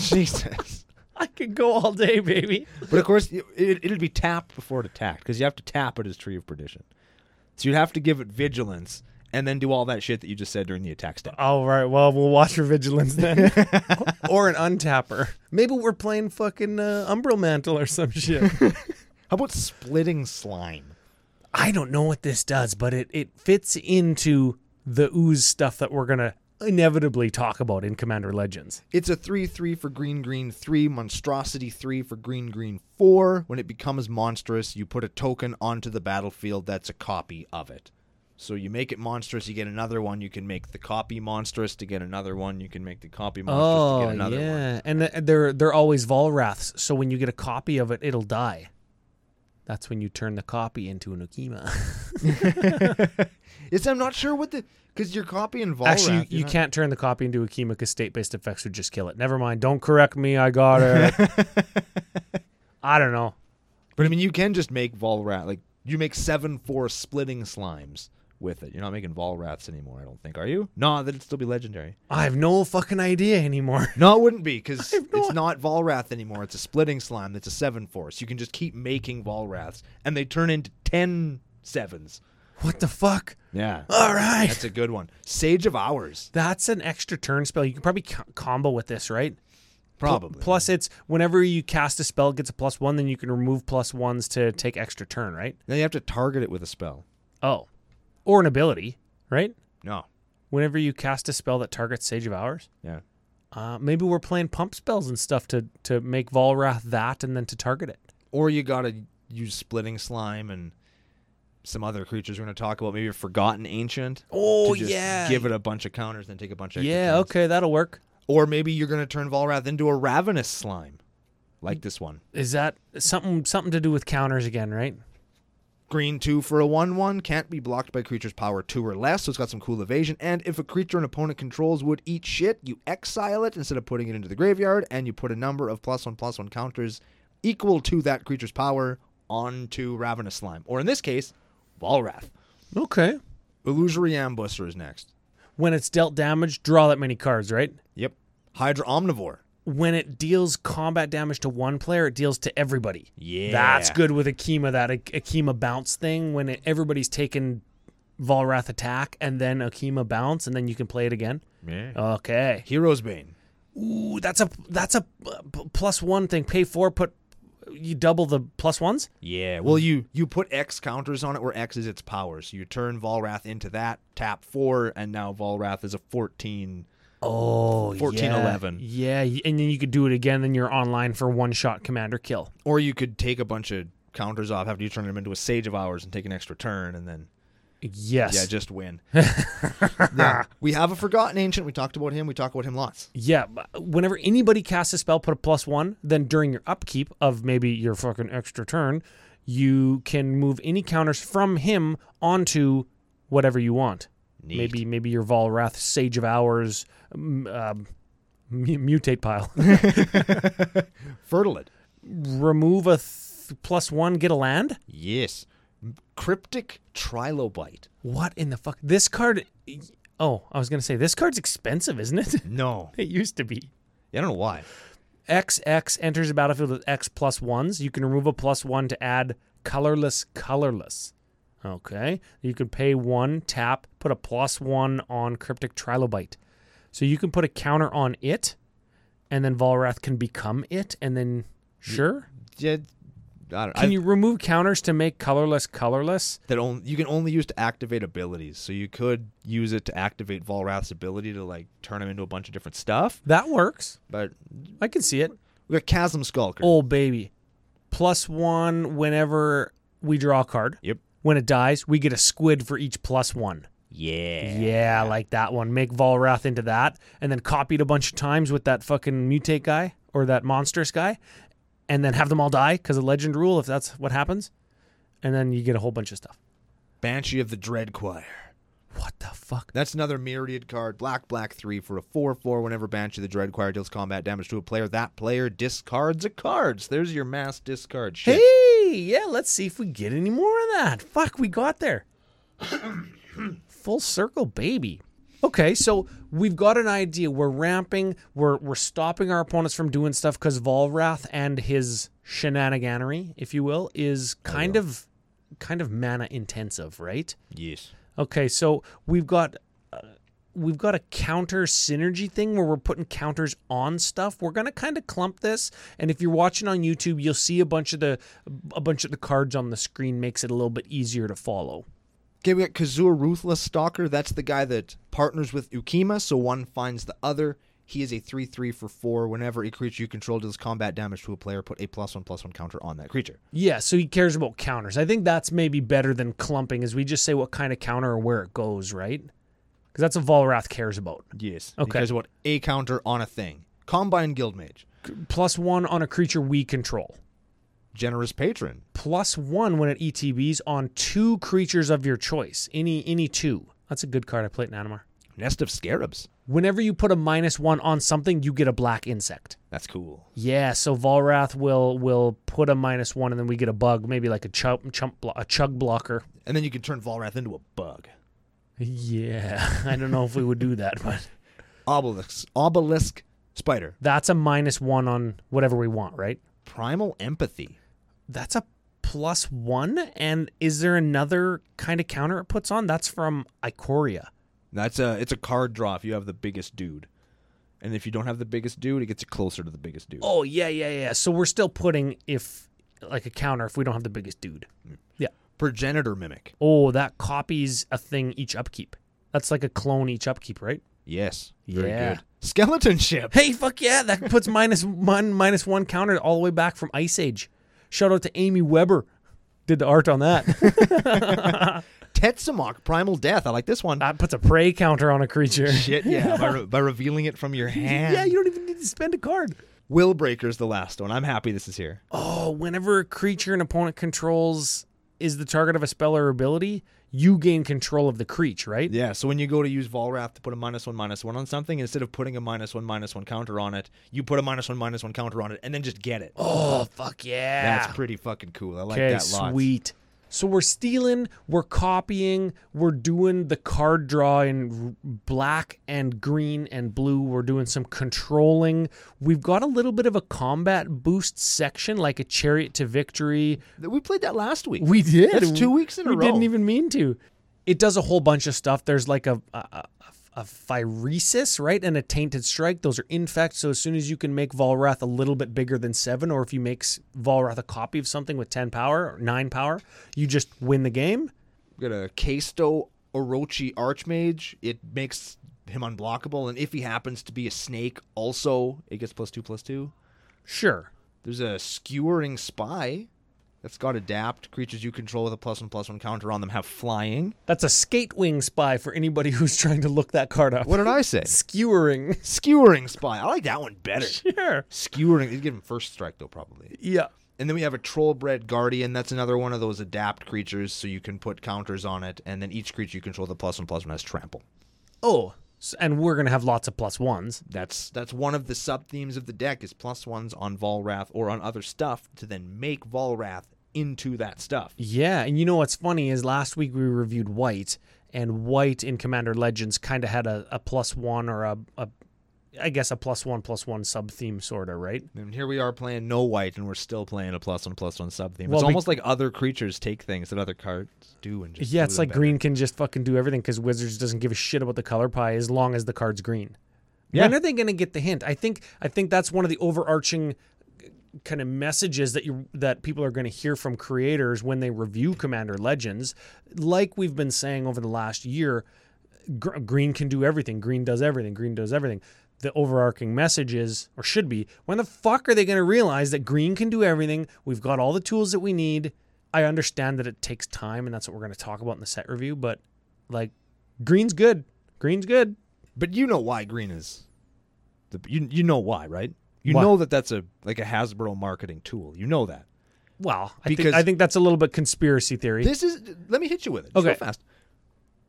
Speaker 2: Jesus.
Speaker 1: I could go all day, baby.
Speaker 2: But of course, it, it, it'd be tapped before it attacked because you have to tap it as Tree of Perdition. So you'd have to give it vigilance and then do all that shit that you just said during the attack step.
Speaker 1: All right, well, we'll watch for vigilance then. or an untapper. Maybe we're playing fucking uh, Umbral Mantle or some shit.
Speaker 2: How about splitting slime?
Speaker 1: I don't know what this does, but it, it fits into the ooze stuff that we're going to inevitably talk about in Commander Legends.
Speaker 2: It's a 3 3 for green, green 3, monstrosity 3 for green, green 4. When it becomes monstrous, you put a token onto the battlefield that's a copy of it. So you make it monstrous, you get another one. You can make the copy monstrous to get another one. You can make the copy monstrous to
Speaker 1: Oh,
Speaker 2: get another one.
Speaker 1: And th- they're, they're always Volraths, so when you get a copy of it, it'll die. That's when you turn the copy into an Okima.
Speaker 2: It's, I'm not sure what the. Because you're copying Volrath.
Speaker 1: Actually, you,
Speaker 2: you're
Speaker 1: you
Speaker 2: not-
Speaker 1: can't turn the copy into Akima because state-based effects would just kill it. Never mind. Don't correct me. I got it. I don't know.
Speaker 2: But I mean, you can just make Volrath. Like, you make 7 4 splitting slimes with it. You're not making Volraths anymore, I don't think, are you? No, that'd still be legendary.
Speaker 1: I have no fucking idea anymore.
Speaker 2: No, it wouldn't be because
Speaker 1: no
Speaker 2: it's not Volrath anymore. It's a splitting slime that's a seven force. You can just keep making Volraths, and they turn into ten sevens.
Speaker 1: What the fuck?
Speaker 2: Yeah,
Speaker 1: All right.
Speaker 2: that's a good one. Sage of Hours,
Speaker 1: That's an extra turn spell. You can probably co- combo with this, right? Pl-
Speaker 2: probably.
Speaker 1: Plus, it's whenever you cast a spell, it gets a plus one. Then you can remove plus ones to take extra turn, right?
Speaker 2: Now you have to target it with a spell.
Speaker 1: Oh, or an ability, right?
Speaker 2: No,
Speaker 1: Whenever you cast a spell that targets Sage of Hours.
Speaker 2: yeah,
Speaker 1: Uh, maybe we're playing pump spells and stuff to to make Volrath that and then to target it.
Speaker 2: or you gotta use splitting slime and some other creatures we're gonna talk about. Maybe a Forgotten Ancient.
Speaker 1: Oh
Speaker 2: to just give it a bunch of counters and take a bunch of extra
Speaker 1: yeah,
Speaker 2: turns.
Speaker 1: okay, that'll work.
Speaker 2: Or maybe you're gonna turn Volrath into a ravenous slime,
Speaker 1: Mm.
Speaker 2: like this one.
Speaker 1: Is that something something to do with counters again, right?
Speaker 2: Green 2 for a 1 1 can't be blocked by creatures power 2 or less, so it's got some cool evasion. And if a creature an opponent controls would eat shit, you exile it instead of putting it into the graveyard, and you put a number of plus 1 plus 1 counters equal to that creature's power onto Ravenous Slime. Or in this case, Walrath.
Speaker 1: Okay.
Speaker 2: Illusory Ambusser is next.
Speaker 1: When it's dealt damage, draw that many cards, right?
Speaker 2: Yep. Hydra Omnivore.
Speaker 1: When it deals combat damage to one player, it deals to everybody.
Speaker 2: Yeah.
Speaker 1: That's good with Akima, that A- Akima bounce thing when it, everybody's taking Volrath attack and then Akima bounce and then you can play it again.
Speaker 2: Yeah.
Speaker 1: Okay.
Speaker 2: Hero's Bane.
Speaker 1: Ooh, that's a that's a uh, p- plus one thing. Pay four, put you double the plus ones.
Speaker 2: Yeah. Well, you you put X counters on it, where X is its power. So you turn Volrath into that, tap four, and now Volrath is a fourteen.
Speaker 1: Oh,
Speaker 2: 14,
Speaker 1: yeah.
Speaker 2: 11.
Speaker 1: Yeah, y- and then you could do it again. Then you're online for one shot commander kill.
Speaker 2: Or you could take a bunch of counters off after you turn them into a Sage of Hours and take an extra turn, and then
Speaker 1: Yes.
Speaker 2: yeah, just win. yeah. We have a Forgotten Ancient. We talked about him. We talk about him lots.
Speaker 1: Yeah, but whenever anybody casts a spell, put a plus one. Then during your upkeep of maybe your fucking extra turn, you can move any counters from him onto whatever you want.
Speaker 2: Neat.
Speaker 1: Maybe maybe your Volrath, Sage of Hours, um, um, mu- mutate pile.
Speaker 2: Fertilid.
Speaker 1: remove a th- plus one, get a land.
Speaker 2: Yes. Cryptic Trilobite.
Speaker 1: What in the fuck? This card. Oh, I was gonna say this card's expensive, isn't it?
Speaker 2: No.
Speaker 1: it used to be.
Speaker 2: I don't know why.
Speaker 1: XX enters the battlefield with X plus ones. You can remove a plus one to add colorless, colorless. Okay. You can pay one, tap, put a plus one on Cryptic Trilobite. So you can put a counter on it, and then Volrath can become it, and then sure.
Speaker 2: Yeah, I don't,
Speaker 1: Can
Speaker 2: I-
Speaker 1: you remove counters to make colorless colorless?
Speaker 2: that only you can only use to activate abilities. So you could use it to activate Volrath's ability to like turn him into a bunch of different stuff.
Speaker 1: That works.
Speaker 2: But
Speaker 1: I can see it.
Speaker 2: we got Chasm Skulker.
Speaker 1: Oh baby. Plus one whenever we draw a card.
Speaker 2: Yep.
Speaker 1: When it dies, we get a squid for each plus one.
Speaker 2: Yeah.
Speaker 1: Yeah, I like that one. Make Volrath into that, and then copy it a bunch of times with that fucking mutate guy or that monstrous guy, and then have them all die because of legend rule if that's what happens, and then you get a whole bunch of stuff.
Speaker 2: Banshee of the Dread Choir.
Speaker 1: What the fuck?
Speaker 2: That's another myriad card. Black, black, three for a four, four. Whenever Banshee of the Dread Choir deals combat damage to a player, that player discards a card. So there's your mass discard shit.
Speaker 1: Hey, yeah, let's see if we get any more of that. Fuck, we got there. Full circle, baby. Okay, so we've got an idea. We're ramping. We're we're stopping our opponents from doing stuff because Volrath and his shenaniganery, if you will, is kind of kind of mana intensive, right?
Speaker 2: Yes.
Speaker 1: Okay, so we've got uh, we've got a counter synergy thing where we're putting counters on stuff. We're gonna kind of clump this, and if you're watching on YouTube, you'll see a bunch of the a bunch of the cards on the screen makes it a little bit easier to follow.
Speaker 2: Okay, we got Kazur Ruthless Stalker. That's the guy that partners with Ukima, so one finds the other. He is a 3 3 for 4. Whenever a creature you control deals combat damage to a player, put a plus 1 plus 1 counter on that creature.
Speaker 1: Yeah, so he cares about counters. I think that's maybe better than clumping, is we just say what kind of counter or where it goes, right? Because that's what Volrath cares about.
Speaker 2: Yes.
Speaker 1: Okay.
Speaker 2: Because what? A counter on a thing. Combine Guildmage.
Speaker 1: Plus one on a creature we control.
Speaker 2: Generous Patron.
Speaker 1: plus one when it ETBs on two creatures of your choice. Any any two. That's a good card. I played in Animar.
Speaker 2: Nest of Scarabs.
Speaker 1: Whenever you put a minus one on something, you get a black insect.
Speaker 2: That's cool.
Speaker 1: Yeah, so Volrath will will put a minus one, and then we get a bug, maybe like a chump chump blo- a chug blocker.
Speaker 2: And then you can turn Volrath into a bug.
Speaker 1: Yeah, I don't know if we would do that, but
Speaker 2: Obelisk. Obelisk Spider.
Speaker 1: that's a minus one on whatever we want, right?
Speaker 2: Primal Empathy.
Speaker 1: That's a plus one, and is there another kind of counter it puts on? That's from Ikoria.
Speaker 2: That's a it's a card draw if you have the biggest dude. And if you don't have the biggest dude, it gets you closer to the biggest dude.
Speaker 1: Oh yeah, yeah, yeah. So we're still putting if like a counter if we don't have the biggest dude. Yeah.
Speaker 2: Progenitor Mimic.
Speaker 1: Oh, that copies a thing each upkeep. That's like a clone each upkeep, right?
Speaker 2: Yes. Very
Speaker 1: Yeah.
Speaker 2: good. Skeleton ship.
Speaker 1: Hey, fuck yeah! That puts minus one, minus one counter all the way back from Ice Age. Shout out to Amy Weber, did the art on that.
Speaker 2: Tetsamok Primal Death. I like this one.
Speaker 1: that puts a prey counter on a creature.
Speaker 2: Ah, Shit, yeah. by, re- by revealing it from your hand.
Speaker 1: Yeah, you don't even need to spend a card.
Speaker 2: Will Breaker's the last one. I'm happy this is here.
Speaker 1: Oh, whenever a creature an opponent controls is the target of a spell or ability, you gain control of the creature, right?
Speaker 2: Yeah, so when you go to use Volrath to put a minus one, minus one on something, instead of putting a minus one, minus one counter on it, you put a minus one, minus one counter on it and then just get it.
Speaker 1: Oh, fuck yeah!
Speaker 2: That's pretty fucking cool. I like
Speaker 1: Okay,
Speaker 2: that lot.
Speaker 1: sweet. So we're stealing, we're copying, we're doing the card draw in r- black and green and blue. We're doing some controlling. We've got a little bit of a combat boost section, like a chariot to victory.
Speaker 2: We played that last week.
Speaker 1: We did.
Speaker 2: That's two weeks in a
Speaker 1: we
Speaker 2: row.
Speaker 1: didn't even mean to. It does a whole bunch of stuff. There's like a a, a, a phyresis, right, and a tainted strike. Those are infect. So as soon as you can make Volrath a little bit bigger than seven, or if you make s- Volrath a copy of something with ten power or nine power, you just win the game.
Speaker 2: We got a Kaisto Orochi Archmage. It makes him unblockable, and if he happens to be a snake, also it gets plus two, plus two.
Speaker 1: Sure.
Speaker 2: There's a skewering spy that's got adapt. Creatures you control with a plus one plus one counter on them have flying.
Speaker 1: That's a skate wing spy for anybody who's trying to look that card up.
Speaker 2: What did I say?
Speaker 1: Skewering.
Speaker 2: skewering spy. I like that one better.
Speaker 1: Sure.
Speaker 2: skewering. He'd give him first strike though, probably.
Speaker 1: Yeah.
Speaker 2: And then we have a trollbred guardian. That's another one of those adapt creatures, so you can put counters on it, and then each creature you control the plus one plus one has trample.
Speaker 1: Oh, s- and we're gonna have lots of plus ones.
Speaker 2: That's that's one of the sub themes of the deck is plus ones on Volrath or on other stuff to then make Volrath into that stuff.
Speaker 1: Yeah, and you know what's funny is last week we reviewed White, and White in Commander Legends kind of had a, a plus one or a, a I guess a plus one plus one sub theme sort of right.
Speaker 2: And here we are playing no white, and we're still playing a plus one plus one sub theme.
Speaker 1: Well,
Speaker 2: it's
Speaker 1: be-
Speaker 2: almost like other creatures take things that other cards do and just
Speaker 1: yeah,
Speaker 2: do
Speaker 1: it's
Speaker 2: them
Speaker 1: like
Speaker 2: better.
Speaker 1: green can just fucking do everything because Wizards doesn't give a shit about the color pie as long as the card's green.
Speaker 2: Yeah.
Speaker 1: When are they going to get the hint? I think I think that's one of the overarching kind of messages that you that people are going to hear from creators when they review Commander Legends. Like we've been saying over the last year, gr- green can do everything. Green does everything. Green does everything. The overarching message is, or should be, when the fuck are they going to realize that green can do everything? We've got all the tools that we need. I understand that it takes time, and that's what we're going to talk about in the set review. But like, green's good. Green's good.
Speaker 2: But you know why green is. The, you you know why, right? You
Speaker 1: Why?
Speaker 2: know that that's a like a Hasbro marketing tool. You know that.
Speaker 1: Well, I
Speaker 2: Because-
Speaker 1: think I think that's a little bit conspiracy theory.
Speaker 2: This is. Let me hit you with it. Just
Speaker 1: Okay.
Speaker 2: real fast.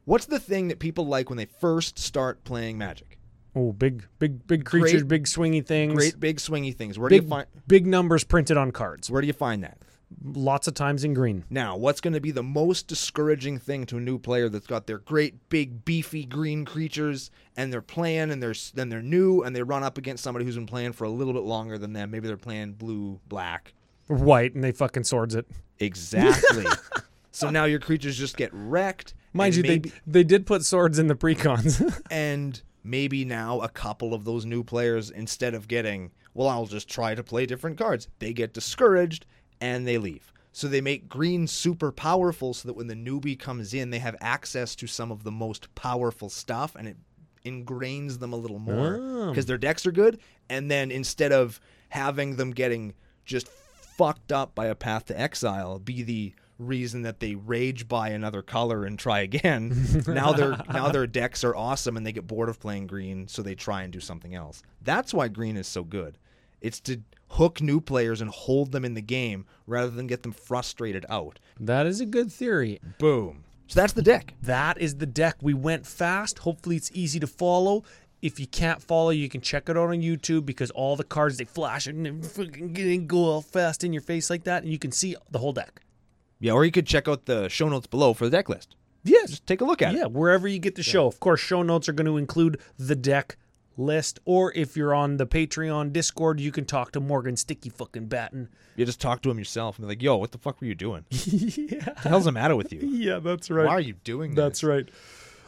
Speaker 2: What's the thing that people like when they first start playing Magic?
Speaker 1: oh, big, big, big creatures,
Speaker 2: Great-
Speaker 1: big swingy things,
Speaker 2: Great big swingy things. Where do
Speaker 1: big,
Speaker 2: you find?
Speaker 1: big numbers printed on cards.
Speaker 2: Where do you find that?
Speaker 1: Lots of times in green.
Speaker 2: Now, what's going to be the most discouraging thing to a new player that's got their great big beefy green creatures and they're playing and they're s- then they're new and they run up against somebody who's been playing for a little bit longer than them. Maybe they're playing blue, black.
Speaker 1: White, and they fucking swords it.
Speaker 2: Exactly. so now your creatures just get wrecked.
Speaker 1: Mind
Speaker 2: and
Speaker 1: you,
Speaker 2: maybe,
Speaker 1: they they did put swords in the precons.
Speaker 2: and maybe now a couple of those new players, instead of getting, well, I'll just try to play different cards, they get discouraged and they leave. So they make green super powerful so that when the newbie comes in, they have access to some of the most powerful stuff and it ingrains them a little more because their decks are good. And then instead of having them getting just fucked up by a path to exile be the reason that they rage buy another color and try again. now their now their decks are awesome and they get bored of playing green, so they try and do something else. That's why green is so good. It's to hook new players and hold them in the game rather than get them frustrated out.
Speaker 1: that is a good theory.
Speaker 2: Boom. So that's the deck.
Speaker 1: That is the deck. We went fast. Hopefully, it's easy to follow. If you can't follow, you can check it out on YouTube because all the cards they flash and they fucking go all fast in your face like that, and you can see the whole deck.
Speaker 2: Yeah, or you could check out the show notes below for the deck list.
Speaker 1: Yes.
Speaker 2: Just take a look at it.
Speaker 1: Yeah, wherever you get the show. Of course, show notes are going to include the deck list, or if you're on the Patreon Discord, you can talk to Morgan Sticky fucking Batten.
Speaker 2: You just talk to them yourself and be like, yo, what the fuck were you doing? yeah. What the hell's the matter with you?
Speaker 1: Yeah, that's
Speaker 2: Why are you doing that?
Speaker 1: That's right.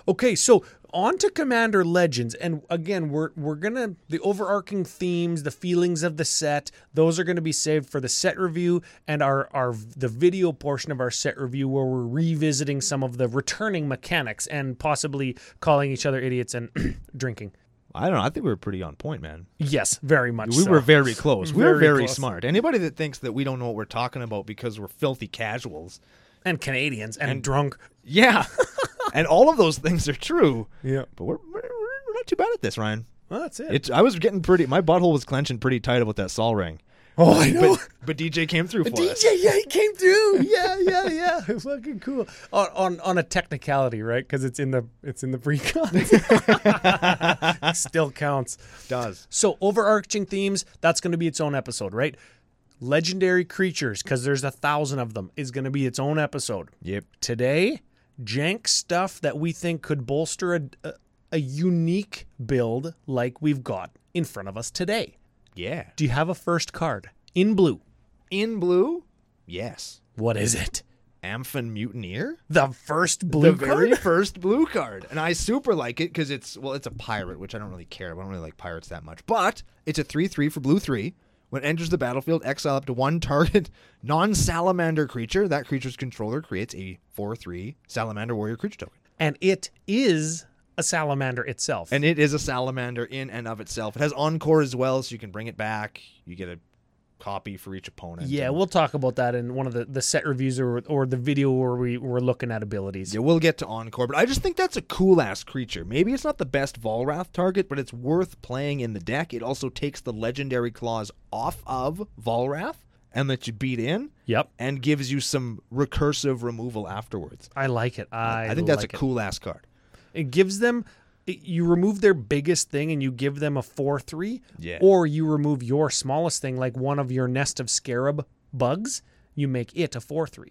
Speaker 1: Okay, so on to Commander Legends, and again, we're we're gonna the overarching themes, the feelings of the set, those are gonna be saved for the set review and our our the video portion of our set review where we're revisiting some of the returning mechanics and possibly calling each other idiots and drinking.
Speaker 2: I don't know. I think we were pretty on point, man.
Speaker 1: Yes, very much.
Speaker 2: We
Speaker 1: so.
Speaker 2: were very close. we were
Speaker 1: Very
Speaker 2: very
Speaker 1: close.
Speaker 2: smart. Anybody that thinks that we don't know what we're talking about because we're filthy casuals.
Speaker 1: and Canadians and, drunk.
Speaker 2: Yeah. and all of those things are true.
Speaker 1: Yeah,
Speaker 2: But we're, we're, we're not too bad at this, Ryan.
Speaker 1: well, that's it.
Speaker 2: It's I was getting pretty my butthole was clenching pretty tight about that sol ring.
Speaker 1: oh, I know.
Speaker 2: But, but DJ came through for us.
Speaker 1: DJ, yeah, he came through. Yeah, yeah, yeah. It was fucking cool. On on, on a technicality, right? Because it's in the it's in the pre-con. Still counts.
Speaker 2: Does.
Speaker 1: So overarching themes, that's going to be its own episode, right? Legendary creatures, because there's a thousand of them, is going to be its own episode.
Speaker 2: Yep.
Speaker 1: Today, jank stuff that we think could bolster a, a, a unique build like we've got in front of us today.
Speaker 2: Yeah.
Speaker 1: Do you have a first card in blue?
Speaker 2: In blue? Yes.
Speaker 1: What is it?
Speaker 2: Amphin Mutineer?
Speaker 1: The first
Speaker 2: the
Speaker 1: blue
Speaker 2: very
Speaker 1: card?
Speaker 2: first blue card, and I super like it because it's well, it's a pirate, which I don't really care. about. I don't really like pirates that much, but it's a three-three for blue three. When it enters the battlefield, exile up to one target non-salamander creature. That creature's controller creates a four-three salamander warrior creature token,
Speaker 1: And it is a salamander itself.
Speaker 2: and it is a salamander in and of itself. It has encore as well, so you can bring it back. You get a copy for each opponent.
Speaker 1: yeah,
Speaker 2: And-
Speaker 1: we'll talk about that in one of the, the set reviews or, or the video where we were looking at abilities.
Speaker 2: Yeah, we'll get to Encore, but I just think that's a cool ass creature. Maybe it's not the best Volrath target, but it's worth playing in the deck. It also takes the legendary clause off of Volrath and lets you beat in
Speaker 1: Yep.
Speaker 2: and gives you some recursive removal afterwards.
Speaker 1: I like it. I,
Speaker 2: I, think that's
Speaker 1: like
Speaker 2: a
Speaker 1: it.
Speaker 2: cool ass card.
Speaker 1: It gives them it- you remove their biggest thing and you give them a 4-3
Speaker 2: Yeah.
Speaker 1: or you remove your smallest thing like one of your nest of scarab bugs, you make it a 4-3.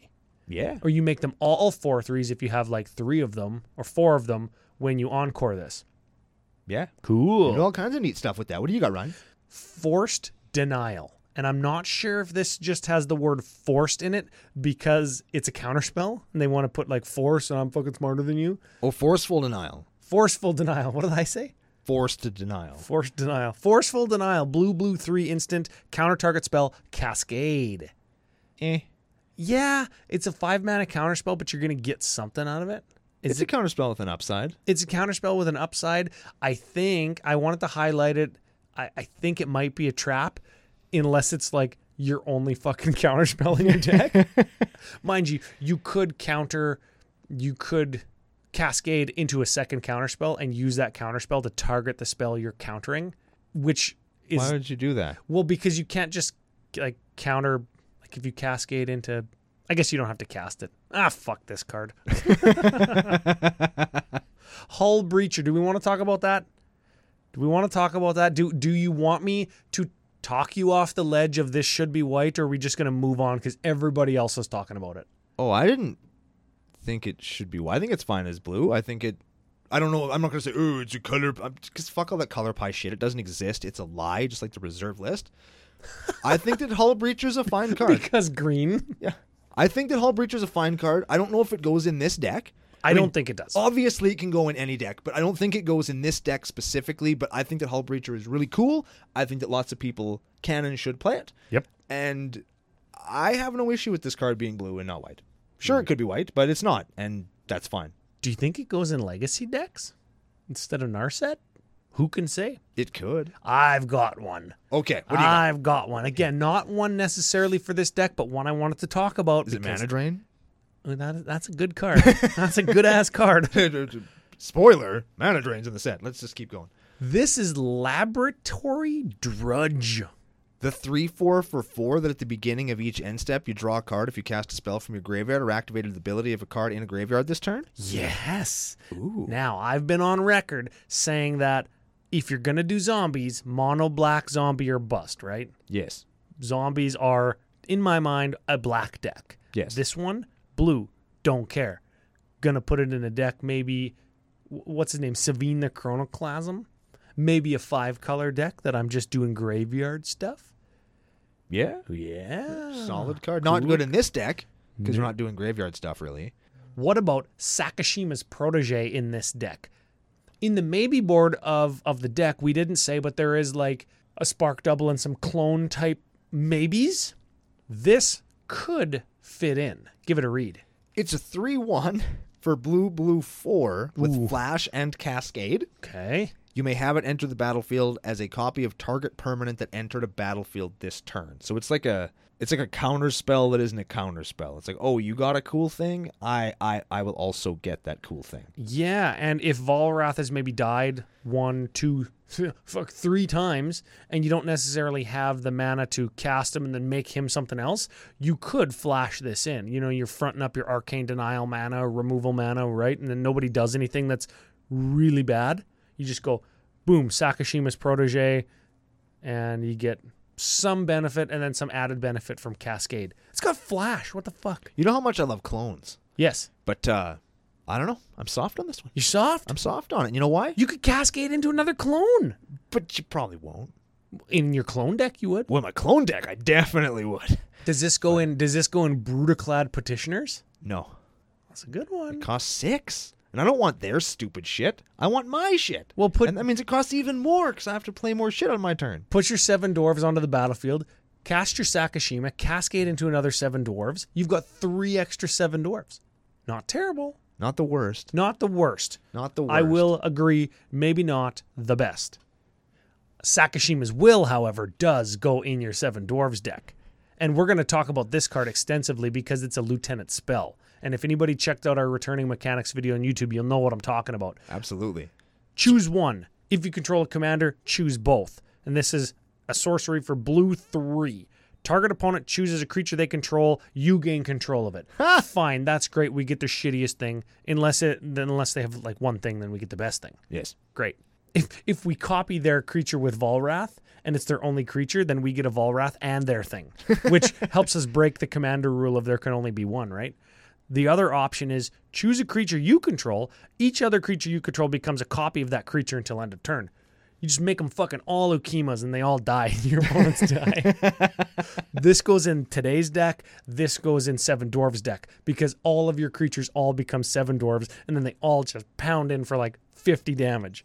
Speaker 2: Yeah.
Speaker 1: Or you make them all 4-3s if you have like 3 of them or 4 of them when you encore this.
Speaker 2: Yeah.
Speaker 1: Cool.
Speaker 2: Do all kinds of neat stuff with that. What do you got, Ryan?
Speaker 1: forced denial. And I'm not sure if this just has the word forced in it because it's a counterspell and they want to put like force and I'm fucking smarter than you.
Speaker 2: Oh, forceful denial.
Speaker 1: Forceful denial. What did I say?
Speaker 2: Forced denial.
Speaker 1: Forced denial. Forceful denial. Blue, blue, three instant counter target spell, cascade.
Speaker 2: Eh.
Speaker 1: Yeah, it's a five mana counterspell, but you're going to get something out of it.
Speaker 2: It's
Speaker 1: Is
Speaker 2: a counterspell with an upside.
Speaker 1: It's a counterspell with an upside. I think I wanted to highlight it. I, I think it might be a trap, unless it's like your only fucking counterspell in your deck. Mind you, you could counter, you could cascade into a second counterspell and use that counterspell to target the spell you're countering, which is
Speaker 2: Why would you do that?
Speaker 1: well because you can't just like counter like if you cascade into. I guess you don't have to cast it. Ah, fuck this card. Hull Breacher. Do we want to talk about that? Do we want to talk about that? Do Do you want me to talk you off the ledge of this should be white, or are we just going to move on because everybody else is talking about it?
Speaker 2: oh, I didn't think it should be white. I think it's fine as blue. I think it. I don't know. I'm not gonna say oh, it's a color because fuck all that color pie shit. It doesn't exist. It's a lie, just like the reserve list. I think that Hull Breacher's a fine card.
Speaker 1: Because green.
Speaker 2: Yeah. I think that Hull Breacher's a fine card. I don't know if it goes in this deck.
Speaker 1: I, don't think it does.
Speaker 2: Obviously, it can go in any deck, but I don't think it goes in this deck specifically. But I think that Hull Breacher is really cool. I think that lots of people can and should play it.
Speaker 1: Yep.
Speaker 2: And I have no issue with this card being blue and not white. Sure, it could be white, but it's not, and that's fine.
Speaker 1: Do you think it goes in legacy decks instead of Narset? Who can say?
Speaker 2: It could.
Speaker 1: I've got one.
Speaker 2: Okay. What do you got?
Speaker 1: I've got one. Again, not one necessarily for this deck, but one I wanted to talk about.
Speaker 2: Is it
Speaker 1: because-
Speaker 2: mana drain?
Speaker 1: Ooh, that- that's a good card. that's a good ass card.
Speaker 2: Spoiler: mana drains in the set. Let's just keep going.
Speaker 1: This is Laboratory Drudge.
Speaker 2: The three four for four that at the beginning of each end step you draw a card if you cast a spell from your graveyard or activated the ability of a card in a graveyard this turn.
Speaker 1: Yes.
Speaker 2: Ooh.
Speaker 1: Now, I've been on record saying that if you're going to do zombies, mono black zombie or bust, right?
Speaker 2: Yes.
Speaker 1: Zombies are, in my mind, a black deck.
Speaker 2: Yes.
Speaker 1: This one, blue, don't care. Gonna put it in a deck, maybe, wh- what's his name? Savine the Chronoclasm? Maybe a five color deck that I'm just doing graveyard stuff?
Speaker 2: Yeah.
Speaker 1: Yeah.
Speaker 2: Solid card. Not good in this deck because we're not doing graveyard stuff really.
Speaker 1: What about Sakashima's protege in this deck? In the maybe board of of the deck, we didn't say, but there is like a spark double and some clone type maybes. This could fit in. Give it a read.
Speaker 2: It's a three one for blue blue four with flash and cascade.
Speaker 1: Okay.
Speaker 2: You may have it enter the battlefield as a copy of target permanent that entered a battlefield this turn. So it's like a it's like a counter spell that isn't a counter spell. It's like, oh, you got a cool thing. I I I will also get that cool thing.
Speaker 1: Yeah, and if Volrath has maybe died one, two, th- fuck three times, and you don't necessarily have the mana to cast him and then make him something else, you could flash this in. You know, you're fronting up your arcane denial mana, removal mana, right? And then nobody does anything that's really bad. You just go, boom, Sakashima's protege, and you get some benefit and then some added benefit from Cascade. It's got flash. What the fuck?
Speaker 2: You know how much I love clones,
Speaker 1: Yes,
Speaker 2: but uh I don't know. I'm soft on this one.
Speaker 1: you're soft.
Speaker 2: I'm soft on it. You know why?
Speaker 1: You could Cascade into another clone.
Speaker 2: But you probably won't.
Speaker 1: in your clone deck you would
Speaker 2: With my clone deck, I definitely would.
Speaker 1: does this go in does this go in brutaclad petitioners
Speaker 2: No.
Speaker 1: that's a good one
Speaker 2: Costs six. And I don't want their stupid shit. I want my shit.
Speaker 1: Well, put-
Speaker 2: and that means it costs even more because I have to play more shit on my turn.
Speaker 1: put your seven dwarves onto the battlefield cast your sakashima cascade into another seven dwarves you've got three extra seven dwarves not terrible
Speaker 2: Not the worst.
Speaker 1: not the worst
Speaker 2: Not the worst.
Speaker 1: i will agree maybe not the best sakashima's will however does go in your seven dwarves deck and we're going to talk about this card extensively because it's a lieutenant spell and if anybody checked out our returning mechanics video on youtube you'll know what i'm talking about
Speaker 2: Absolutely.
Speaker 1: choose one. If you control a commander, choose both. And this is a sorcery for blue three. Target opponent chooses a creature they control. You gain control of it. Fine, that's great. We get the shittiest thing, unless it then unless they have like one thing, then we get the best thing.
Speaker 2: Yes.
Speaker 1: Great. If if we copy their creature with Volrath and it's their only creature, then we get a Volrath and their thing, which helps us break the commander rule of there can only be one. Right. The other option is choose a creature you control. Each other creature you control becomes a copy of that creature until end of turn. You just make them fucking all leukemias and they all die. and Your opponents die. this goes in today's deck. This goes in Seven Dwarves deck because all of your creatures all become Seven Dwarves and then they all just pound in for like 50 damage.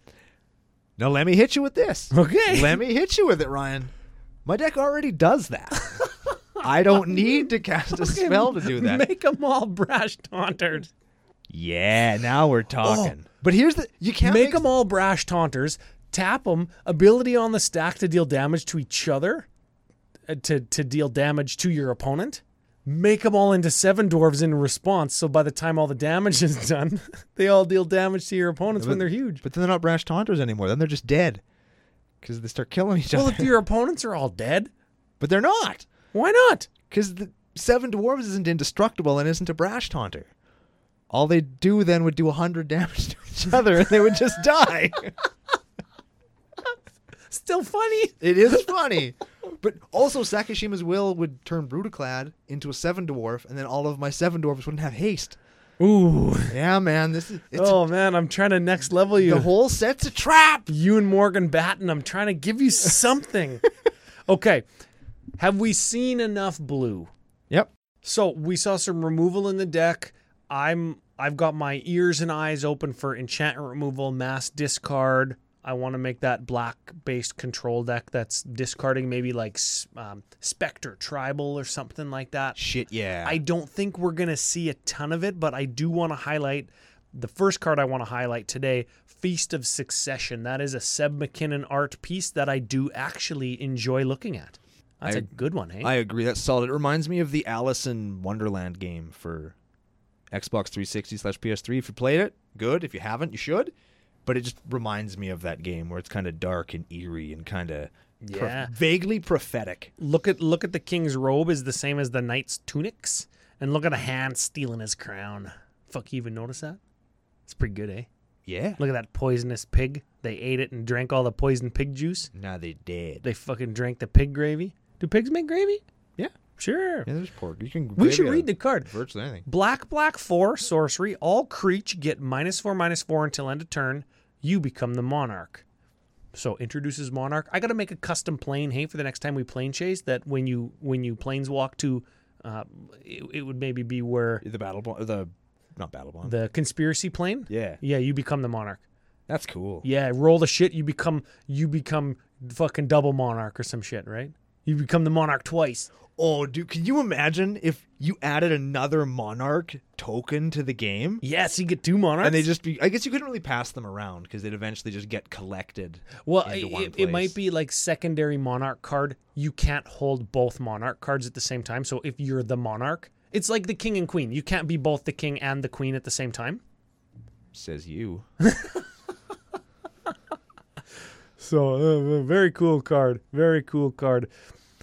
Speaker 2: Now let me hit you with this.
Speaker 1: Okay.
Speaker 2: Let me hit you with it, Ryan. My deck already does that. I don't need to cast a spell to do that.
Speaker 1: Make them all brash taunters.
Speaker 2: Yeah, now
Speaker 1: Oh,
Speaker 2: we're talking. but here's the you can't
Speaker 1: Make them all brash taunters. Tap them. Ability on the stack to deal damage to each other, uh, to to deal damage to your opponent. Make them all into seven dwarves in response. So by the time all the damage is done, they all deal damage to your opponents when they're huge.
Speaker 2: But then they're not brash taunters anymore. Then they're just dead because they start killing each
Speaker 1: Well,
Speaker 2: other.
Speaker 1: if your opponents are all dead,
Speaker 2: But they're not
Speaker 1: why not?
Speaker 2: because the seven dwarves isn't indestructible and isn't a brash taunter. All they do then would do hundred damage to each other, and they would just die.
Speaker 1: Still funny.
Speaker 2: It is funny. But also Sakashima's will would turn Brutaclad into a seven dwarf, and then all of my seven dwarves wouldn't have haste.
Speaker 1: Ooh.
Speaker 2: Yeah, man, this is it's
Speaker 1: Oh man, I'm trying to next level you.
Speaker 2: the whole set's a trap.
Speaker 1: you and Morgan Batten. I'm trying to give you something. okay. Have we seen enough blue?
Speaker 2: Yep.
Speaker 1: So we saw some removal in the deck. I'm I've got my ears and eyes open for enchantment removal, mass discard. I want to make that black based control deck that's discarding maybe like s- um, Spectre Tribal or something like that.
Speaker 2: Shit, yeah.
Speaker 1: I don't think we're going to see a ton of it, but I do want to highlight the first card I want to highlight today Feast of Succession. That is a Seb McKinnon art piece that I do actually enjoy looking at. That's a
Speaker 2: I-
Speaker 1: good one, hey?
Speaker 2: I agree. That's solid. It reminds me of the Alice in Wonderland game for Xbox 360 slash PS3. If you played it, good. If you haven't, you should. But it just reminds me of that game where it's kind of dark and eerie and kind of
Speaker 1: Yeah.
Speaker 2: vaguely prophetic.
Speaker 1: look at look at the king's robe is the same as the knight's tunics, and look at a hand stealing his crown. Fuck, you even notice that? It's pretty good, eh?
Speaker 2: Yeah.
Speaker 1: Look at that poisonous pig. They ate it and drank all the poison pig juice.
Speaker 2: Now they did.
Speaker 1: They fucking drank the pig gravy. Do pigs make gravy?
Speaker 2: Yeah.
Speaker 1: Sure.
Speaker 2: Yeah, there's pork. You can.
Speaker 1: We should read the card.
Speaker 2: virtually anything.
Speaker 1: Black, black, four, sorcery. All creature get minus four, minus four until end of turn. You become the monarch. So introduces monarch. I got to make a custom plane. Hey, for the next time we plane chase, that when you when you planes walk to, uh, it, it would maybe be where
Speaker 2: The battle bond. The not battle bond.
Speaker 1: the conspiracy plane.
Speaker 2: yeah,
Speaker 1: Yeah, you become the monarch.
Speaker 2: that's cool.
Speaker 1: Yeah, roll the shit. You become you become fucking double monarch or some shit, right? You become the monarch twice.
Speaker 2: Oh, dude, can you imagine if you added another monarch token to the game?
Speaker 1: Yes, you get two monarchs.
Speaker 2: And they just be, I guess you couldn't really pass them around because they'd eventually just get collected.
Speaker 1: Well,
Speaker 2: into
Speaker 1: it,
Speaker 2: one
Speaker 1: it- it might
Speaker 2: place.
Speaker 1: be like secondary monarch card. You can't hold both monarch cards at the same time. So if you're the monarch, it's like the king and queen. You can't be both the king and the queen at the same time.
Speaker 2: Says you.
Speaker 1: So uh, very cool card. Very cool card.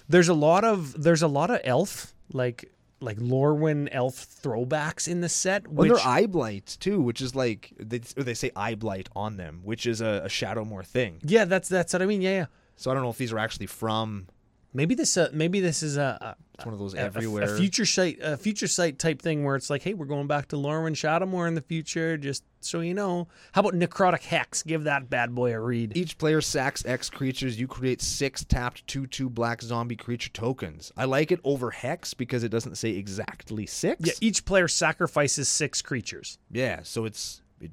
Speaker 1: There's a lot of there's a lot of elf like like Lorwyn elf throwbacks in the set.
Speaker 2: Well,
Speaker 1: Which
Speaker 2: they're eye blight too, which is like they or they say eye blight on them, which is a, a Shadowmoor thing.
Speaker 1: yeah, that's that's what I mean. Yeah, yeah.
Speaker 2: So I don't know if these are actually from.
Speaker 1: Maybe this uh, maybe this is a, a
Speaker 2: It's one of those
Speaker 1: a- a-
Speaker 2: everywhere.
Speaker 1: A, future site, a future site type thing where it's like, hey, we're going back to Lorwyn Shadowmore in the future, just so you know. How about Necrotic Hex? Give that bad boy a read.
Speaker 2: Each player sacks X creatures. You create six tapped two two black zombie creature tokens. I like it over hex because it doesn't say exactly six.
Speaker 1: Yeah, each player sacrifices six creatures.
Speaker 2: Yeah, so it's it,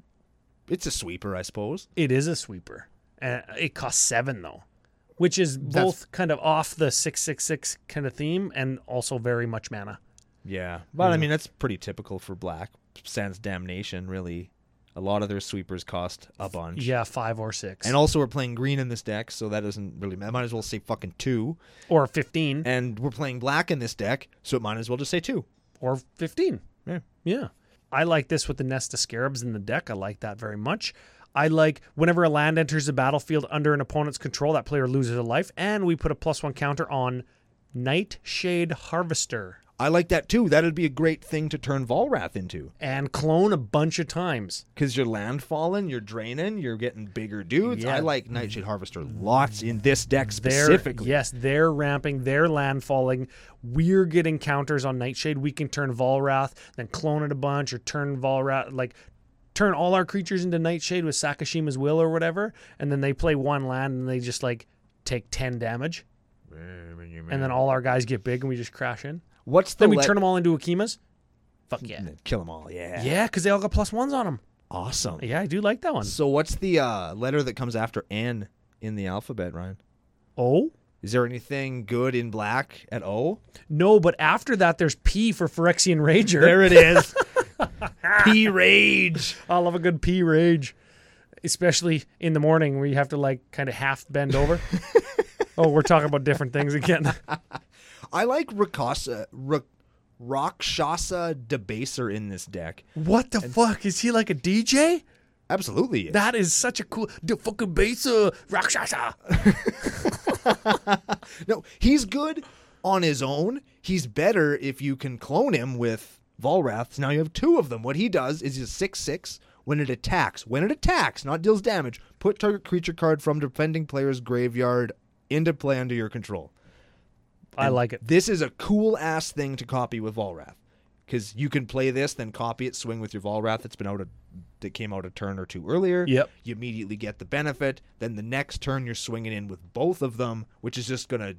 Speaker 2: it's a sweeper, I suppose.
Speaker 1: It is a sweeper, and it costs seven though, which is both kind of off the six six six kind of theme and also very much mana.
Speaker 2: Yeah, but I mean that's pretty typical for black. Sans damnation, really. A lot of their sweepers cost a bunch.
Speaker 1: Yeah, five or six
Speaker 2: And also, we're playing green in this deck, so that doesn't really. I might as well say fucking two.
Speaker 1: or fifteen
Speaker 2: And we're playing black in this deck, so it might as well just say two.
Speaker 1: or fifteen.
Speaker 2: Yeah.
Speaker 1: Yeah. I like this with the nest of scarabs in the deck. I like that very much. I like whenever a land enters the battlefield under an opponent's control, that player loses a life, and we put a plus one counter on Nightshade Harvester.
Speaker 2: I like that too. That'd be a great thing to turn Volrath into.
Speaker 1: and clone a bunch of times.
Speaker 2: Because you're land falling, you're draining, you're getting bigger dudes.
Speaker 1: Yeah.
Speaker 2: I like Nightshade Harvester lots in this deck
Speaker 1: They're,
Speaker 2: specifically.
Speaker 1: Yes, they're ramping, they're landfalling. We're getting counters on Nightshade. We can turn Volrath, then clone it a bunch, or turn Volrath, like turn all our creatures into Nightshade with Sakashima's Will or whatever. And then they play one land and they just like take 10 damage. And then all our guys get big and we just crash in.
Speaker 2: What's the
Speaker 1: Then we
Speaker 2: le-
Speaker 1: turn them all into Akimas. Fuck yeah.
Speaker 2: kill them all? Yeah.
Speaker 1: Yeah, because they all got plus ones on them.
Speaker 2: Awesome.
Speaker 1: Yeah, I do like that one.
Speaker 2: So what's the uh, letter that comes after N in the alphabet, Ryan?
Speaker 1: Oh?
Speaker 2: Is there anything good in black at O?
Speaker 1: No, but after that, there's P for Phyrexian Rager.
Speaker 2: it is. P rage.
Speaker 1: I love a good pee rage, especially in the morning where you have to like kind of half bend over. oh, we're talking about different things again.
Speaker 2: I like Rakasa, Ra- Rakshasa Debaser in this deck.
Speaker 1: what the fuck is he like a DJ?
Speaker 2: Absolutely.
Speaker 1: That is such a cool the fucking uh, baser rakshasa.
Speaker 2: no, he's good on his own. He's better if you can clone him with Volraths. Now you have two of them. What he does is he's 6 6 when it attacks. When it attacks, not deals damage, put target creature card from defending player's graveyard into play under your control.
Speaker 1: I like it.
Speaker 2: This is a cool ass thing to copy with Volrath. Because you can play this, then copy it, swing with your Volrath that's been out a, that came out a turn or two earlier.
Speaker 1: Yep.
Speaker 2: You immediately get the benefit. Then the next turn you're swinging in with both of them, which is just gonna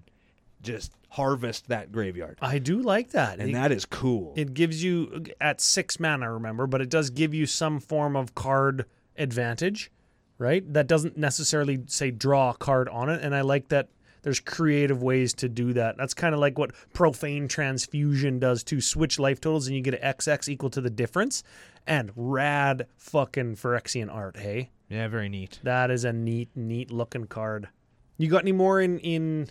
Speaker 2: just harvest that graveyard,
Speaker 1: I do like that.
Speaker 2: and
Speaker 1: It,
Speaker 2: that is cool.
Speaker 1: it gives you at six mana, remember, but it does give you some form of card advantage, right? That doesn't necessarily say draw a card on it, and I like that. There's creative ways to do that. That's kind of like what profane transfusion does to switch life totals, and you get an XX equal to the difference. And rad fucking Phyrexian art, hey?
Speaker 2: yeah, very neat.
Speaker 1: That is a neat, neat looking card. You got any more in in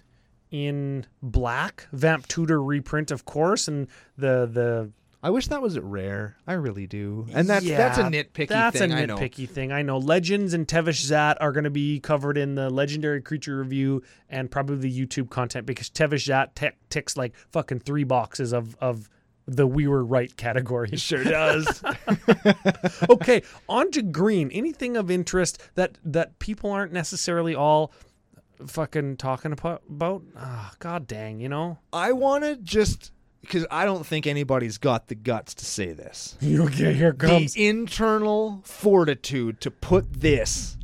Speaker 1: in black? Vamp Tutor reprint, of course, and the the
Speaker 2: I wish that was at rare. I really do. And that's that's a
Speaker 1: Yeah,
Speaker 2: nitpicky
Speaker 1: that's
Speaker 2: thing.
Speaker 1: a
Speaker 2: I know.
Speaker 1: nitpicky thing. I know. Legends and Tevish Zat are going to be covered in the legendary creature review and probably the YouTube content because Tevish Zat te- ticks like fucking three boxes of of the we were right category.
Speaker 2: Sure does.
Speaker 1: okay, on to green. Anything of interest that that people aren't necessarily all fucking talking apo- about? Ah, God dang, you know.
Speaker 2: I want to just because I don't think anybody's got the guts to say this.
Speaker 1: Okay, here comes.
Speaker 2: the internal fortitude to put this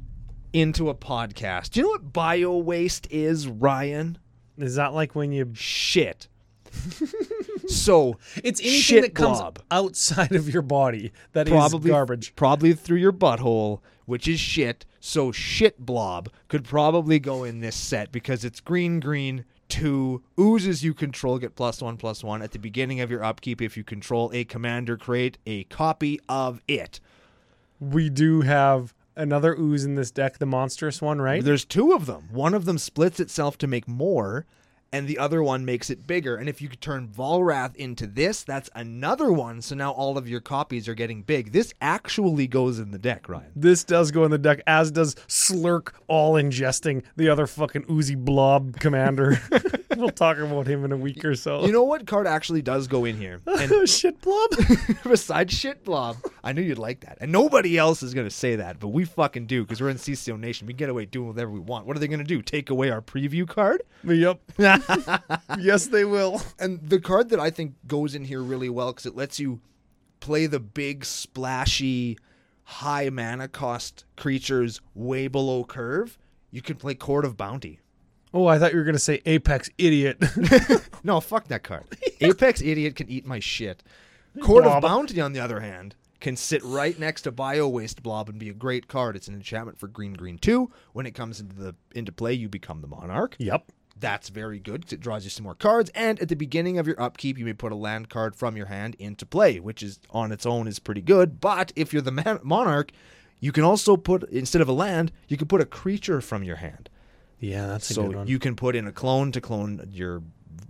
Speaker 2: into a podcast. Do you know what bio waste is, Ryan?
Speaker 1: Is that like when you?
Speaker 2: Shit. so
Speaker 1: It's anything
Speaker 2: Shit
Speaker 1: that comes
Speaker 2: blob.
Speaker 1: outside of your body that is
Speaker 2: probably
Speaker 1: garbage.
Speaker 2: Probably through your butthole, which is shit. So shit blob could probably go in this set because it's green green two oozes you control get plus one plus one at the beginning of your upkeep if you control a commander create a copy of it.
Speaker 1: we do have another ooze in this deck, the monstrous one, right?
Speaker 2: There's two of them. One of them splits itself to make more, and the other one makes it bigger. And if you could turn Volrath into this, that's another one. So now all of your copies are getting big. This actually goes in the deck, Ryan.
Speaker 1: This does go in the deck, as does Slurk all ingesting the other fucking oozy blob commander. we'll talk about him in a week or so.
Speaker 2: You know what card actually does go in here? And
Speaker 1: Shit blob.
Speaker 2: besides Shit Blob, I knew you'd like that. And nobody else is going to say that, but we fucking do because we're in CCO Nation. We can get away doing whatever we want. What are they going to do? Take away our preview card?
Speaker 1: yep. yes, they will.
Speaker 2: and the card that I think goes in here really well because it lets you play the big splashy, high mana cost creatures way below curve. You can play Court of Bounty.
Speaker 1: Oh, I thought you were gonna say Apex idiot.
Speaker 2: No, fuck that card. Apex Idiot can eat my shit. Court
Speaker 1: Blob.
Speaker 2: of Bounty, on the other hand, can sit right next to Bio Waste Blob and be a great card. It's an enchantment for green green two. When it comes into the into play, you become the Monarch.
Speaker 1: yep.
Speaker 2: That's very good 'cause it draws you some more cards. And at the beginning of your upkeep, you may put a land card from your hand into play, which is on its own is pretty good. But if you're the man- monarch, you can also put instead of a land, you can put a creature from your hand.
Speaker 1: Yeah, that's a good
Speaker 2: So
Speaker 1: one.
Speaker 2: you can put in a clone to clone your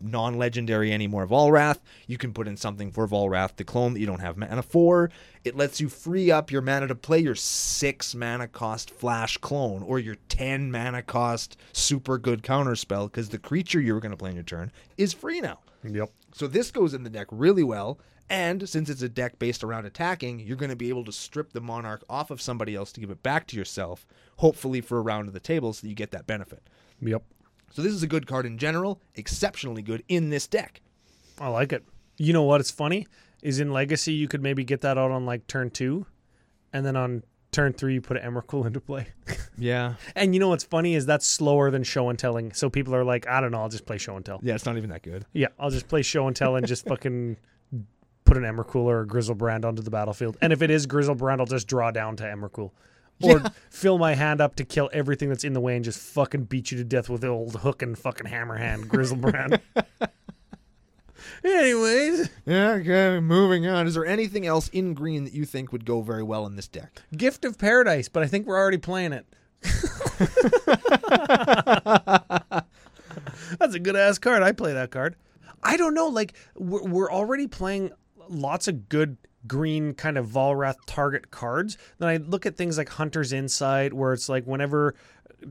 Speaker 2: non-legendary anymore Volrath. You can put in something for Volrath to clone that you don't have mana for. It lets you free up your mana to play your six mana cost flash clone or your ten mana cost super good counter spell because the creature you were going to play in your turn is free now.
Speaker 1: yep.
Speaker 2: So this goes in the deck really well. And since it's a deck based around attacking, you're going to be able to strip the monarch off of somebody else to give it back to yourself, hopefully for a round of the table, so that you get that benefit.
Speaker 1: Yep.
Speaker 2: So this is a good card in general, exceptionally good in this deck.
Speaker 1: I like it. You know what? It's funny is in Legacy you could maybe get that out on like turn two, and then on turn three you put an Emrakul into play.
Speaker 2: Yeah.
Speaker 1: and you know what's funny is that's slower than show and telling. So people are like, I don't know, I'll just play show and tell.
Speaker 2: Yeah, it's not even that good.
Speaker 1: Yeah, I'll just play show and tell and just fucking put an Emrakul or a Grizzlebrand onto the battlefield. And if it is Grizzlebrand, I'll just draw down to Emrakul. Or fill my hand up to kill everything that's in the way and just fucking beat you to death with the old hook and fucking hammer hand, Grizzlebrand. Anyways,
Speaker 2: Yeah, okay, moving on. Is there anything else in green that you think would go very well in this deck?
Speaker 1: Gift of Paradise, but I think we're already playing it. That's a good ass card. I play that card. I don't know. Like we're, we're already playing lots of good green kind of Volrath target cards. Then I look at things like Hunter's Insight, where it's like whenever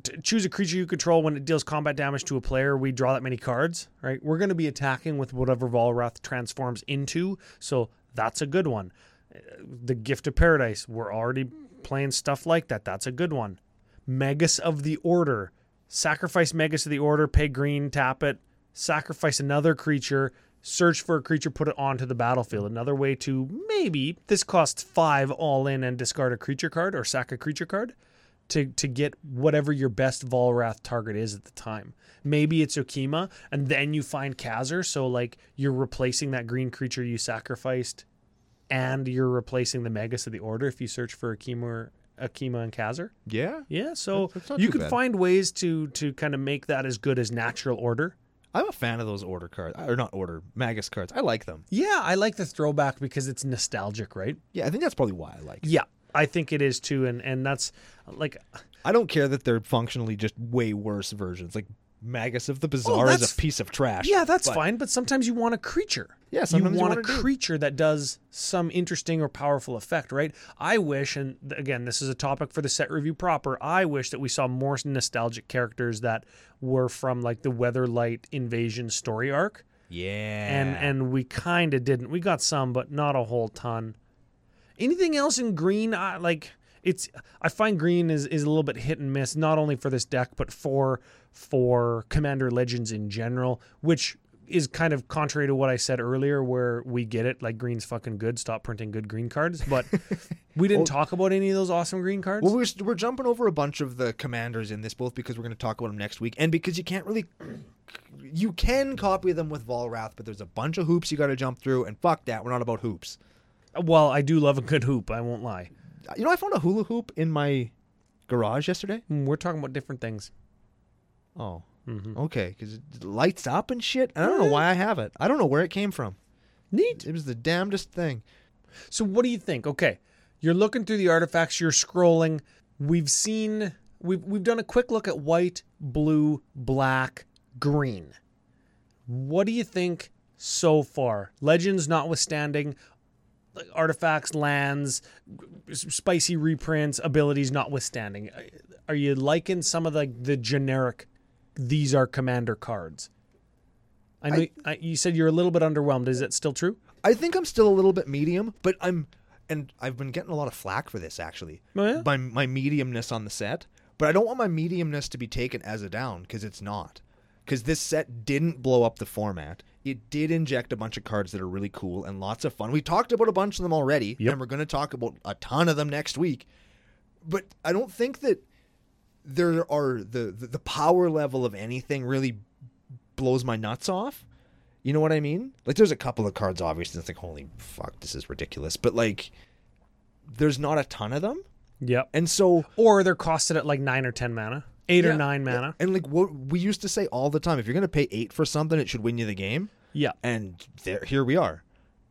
Speaker 1: t- choose a creature you control when it deals combat damage to a player, we draw that many cards. Right? We're going to be attacking with whatever Volrath transforms into. So that's a good one. Uh, The Gift of Paradise. We're already playing stuff like that. That's a good one. Megas of the Order. Sacrifice Megas of the Order, pay green, tap it, sacrifice another creature, search for a creature, put it onto the battlefield. Another way to maybe this costs five all in and discard a creature card or sack a creature card to, to get whatever your best Volrath target is at the time. Maybe it's Okima, and then you find Khazar, so like you're replacing that green creature you sacrificed, and you're replacing the Megas of the Order if you search for Akima, or- Akima and Khazar.
Speaker 2: Yeah.
Speaker 1: Yeah, so
Speaker 2: That's- that's not
Speaker 1: you
Speaker 2: too
Speaker 1: can
Speaker 2: bad.
Speaker 1: find ways to to kind of make that as good as natural order.
Speaker 2: I'm a fan of those order cards. Or not order, Magus cards. I like them.
Speaker 1: Yeah, I like the throwback because it's nostalgic, right?
Speaker 2: Yeah, I think that's probably why I like it.
Speaker 1: Yeah, I think it is too, and and that's like
Speaker 2: I don't care that they're functionally just way worse versions. Like Magus of the Bazaar is
Speaker 1: that's-
Speaker 2: a piece of trash.
Speaker 1: yeah, that's
Speaker 2: But-
Speaker 1: fine. But sometimes you want a creature.
Speaker 2: Yeah, sometimes you
Speaker 1: you want a
Speaker 2: wanna do.
Speaker 1: creature that does some interesting or powerful effect, right? I wish, and th- again, this is a topic for the set review proper. I wish that we saw more nostalgic characters that were from like the Weatherlight Invasion story arc.
Speaker 2: Yeah.
Speaker 1: and and we kind of didn't. We got some, but not a whole ton. Anything else in green? I like it's. I find green is is a little bit hit and miss, not only for this deck but for for Commander Legends in general, which is kind of contrary to what I said earlier, where we get it like green's fucking good. Stop printing good green cards, but we didn't talk about any of those awesome green cards.
Speaker 2: Well, we're, we're jumping over a bunch of the commanders in this, both because we're going to talk about them next week, and because you can't really, you can copy them with Volrath, but there's a bunch of hoops you got to jump through, and fuck that, we're not about hoops.
Speaker 1: well, I do love a good hoop. I won't lie.
Speaker 2: You know, I found a hula hoop in my garage yesterday.
Speaker 1: Mm, We're talking about different things.
Speaker 2: Oh, okay, because it lights up and shit. and I don't know why I have it. I don't know where it came from.
Speaker 1: Neat.
Speaker 2: It was the damnedest thing.
Speaker 1: So what do you think? Okay, you're looking through the artifacts, you're scrolling. We've seen we've we've done a quick look at white, blue, black, green. What do you think so far? Legends notwithstanding, artifacts, lands, s- spicy reprints, abilities notwithstanding. Are you liking some of the the generic these are commander cards? I know I, you said you're a little bit underwhelmed. Is that still true?
Speaker 2: I think I'm still a little bit medium, but I'm, and I've been getting a lot of flack for this actually.
Speaker 1: Oh, yeah?
Speaker 2: My my mediumness on the set, but I don't want my mediumness to be taken as a down because it's not. Because this set didn't blow up the format. It did inject a bunch of cards that are really cool and lots of fun. We talked about a bunch of them already,
Speaker 1: Yep.
Speaker 2: and we're going to talk about a ton of them next week. But I don't think that there are the the, the power level of anything really blows my nuts off. You know what I mean? Like, there's a couple of cards, obviously, that's like, holy fuck, this is ridiculous. But, like, there's not a ton of them.
Speaker 1: Yep.
Speaker 2: And so,
Speaker 1: or they're costed at like nine or ten mana, eight or
Speaker 2: Yeah.
Speaker 1: nine mana.
Speaker 2: and like, what we used to say all the time if you're going to pay eight for something, it should win you the game.
Speaker 1: Yeah,
Speaker 2: And there, here we are.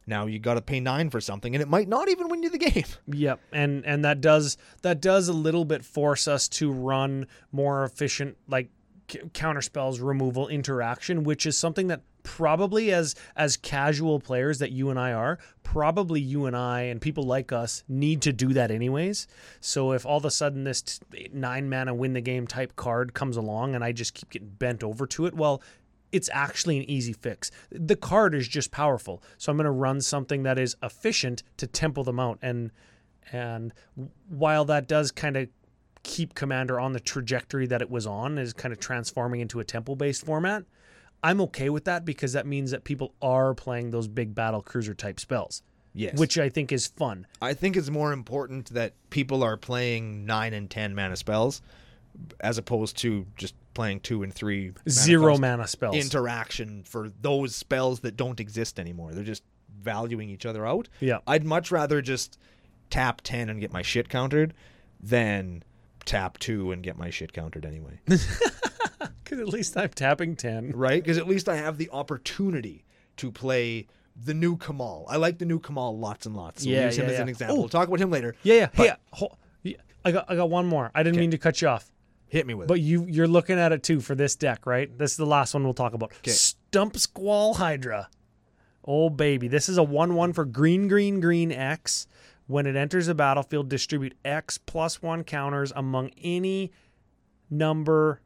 Speaker 2: Now you got to pay nine for something, and it might not even win you the game.
Speaker 1: yep, and and that does that does a little bit force us to run more efficient like c- counter spells, removal, interaction, which is something that probably as as casual players that you and I are, probably you and I and people like us need to do that anyways. So if all of a sudden this t- nine mana win the game type card comes along and I just keep getting bent over to it, well, it's actually an easy fix. The card is just powerful, so I'm going to run something that is efficient to tempo them out. And and while that does kind of keep Commander on the trajectory that it was on, is kind of transforming into a tempo based format. I'm okay with that because that means that people are playing those big battle cruiser type spells,
Speaker 2: Yes.
Speaker 1: which I think is fun.
Speaker 2: I think it's more important that people are playing nine and ten mana spells as opposed to just playing two and three mana
Speaker 1: Zero
Speaker 2: spells.
Speaker 1: mana spells.
Speaker 2: interaction for those spells that don't exist anymore. They're just valuing each other out.
Speaker 1: Yeah.
Speaker 2: I'd much rather just tap 10 and get my shit countered than tap 2 and get my shit countered anyway.
Speaker 1: Because at least I'm tapping 10.
Speaker 2: right? Because at least I have the opportunity to play the new Kamal. I like the new Kamal lots and lots. So
Speaker 1: Yeah,
Speaker 2: we'll use him
Speaker 1: yeah,
Speaker 2: as an
Speaker 1: yeah.
Speaker 2: example.
Speaker 1: Oh.
Speaker 2: We'll talk about him later.
Speaker 1: Yeah, yeah.
Speaker 2: But-
Speaker 1: Hey, hol- yeah, I got, I got one more. I didn't mean to cut you off,
Speaker 2: Hit me with it.
Speaker 1: but you you're looking at it too for this deck, right? This is the last one we'll talk about. Stump Squall Hydra. Oh baby, this is a one-one for green, green, green X. When it enters the battlefield, distribute X plus one counters among any number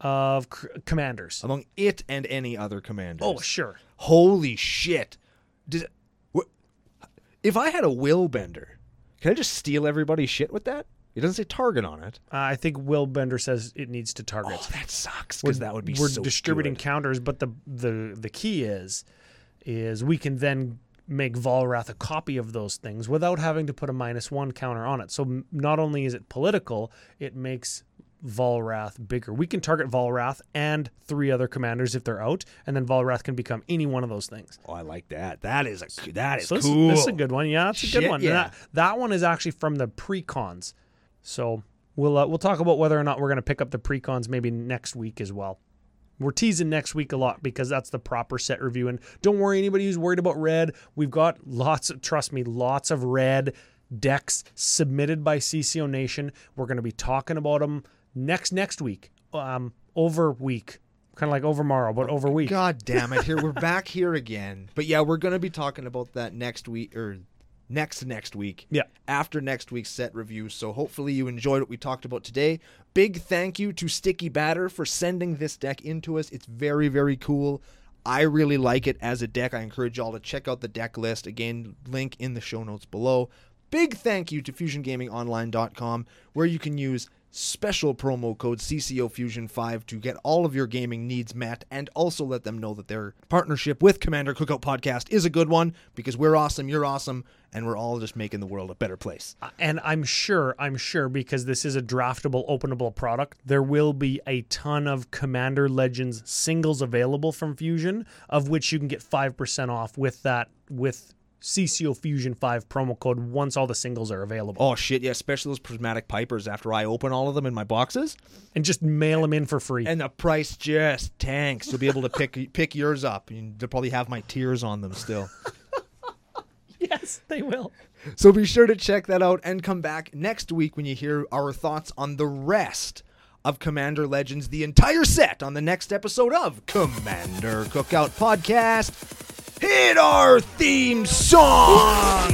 Speaker 1: of c- commanders.
Speaker 2: Among it and any other commander.
Speaker 1: Oh sure,
Speaker 2: Holy shit. Did, wha- if I had a will bender, can I just steal everybody's shit with that? It doesn't say target on it.
Speaker 1: uh, I think Will Bender says it needs to target.
Speaker 2: Oh, that sucks because that would be
Speaker 1: we're
Speaker 2: so
Speaker 1: distributing
Speaker 2: good.
Speaker 1: counters, but the the the key is is we can then make Volrath a copy of those things without having to put a minus one counter on it. So m- not only is it political, it makes Volrath bigger. We can target Volrath and three other commanders if they're out, and then Volrath can become any one of those things.
Speaker 2: Oh, I like that. That is a that is
Speaker 1: So this,
Speaker 2: cool.
Speaker 1: this is a good one. Yeah, that's a good
Speaker 2: Shit,
Speaker 1: one.
Speaker 2: yeah.
Speaker 1: That, that one is actually from the pre-cons. So we'll uh, we'll talk about whether or not we're going to pick up the pre-cons maybe next week as well. We're teasing next week a lot because that's the proper set review. And don't worry, anybody who's worried about red, we've got lots. Of, trust me, lots of red decks submitted by CCO Nation. We're going to be talking about them next next week, um, over week, kind of like over morrow, but over week.
Speaker 2: Oh God damn it! Here we're back here again. But yeah, we're gonna be talking about that next week or next next week.
Speaker 1: Yeah.
Speaker 2: After next week's set review. So hopefully you enjoyed what we talked about today. Big thank you to Sticky Batter for sending this deck into us. It's very very cool. I really like it as a deck. I encourage y'all to check out the deck list. Again, link in the show notes below. Big thank you to FusionGamingOnline.com, where you can use special promo code CCOFusion5 to get all of your gaming needs met and also let them know that their partnership with Commander Cookout Podcast is a good one because we're awesome, you're awesome, and we're all just making the world a better place.
Speaker 1: and I'm sure, I'm sure, because this is a draftable, openable product, there will be a ton of Commander Legends singles available from Fusion, of which you can get five percent off with that with CCO Fusion Five promo code once all the singles are available,
Speaker 2: Oh shit, yeah, especially those prismatic pipers after I open all of them in my boxes.
Speaker 1: and just mail them in for free.
Speaker 2: And the price just tanks. You'll be able to pick pick yours up. You- They'll probably have my tears on them still.
Speaker 1: yes, they will.
Speaker 2: So be sure to check that out and come back next week when you hear our thoughts on the rest of Commander Legends, the entire set on the next episode of Commander Cookout Podcast. Hit our theme song!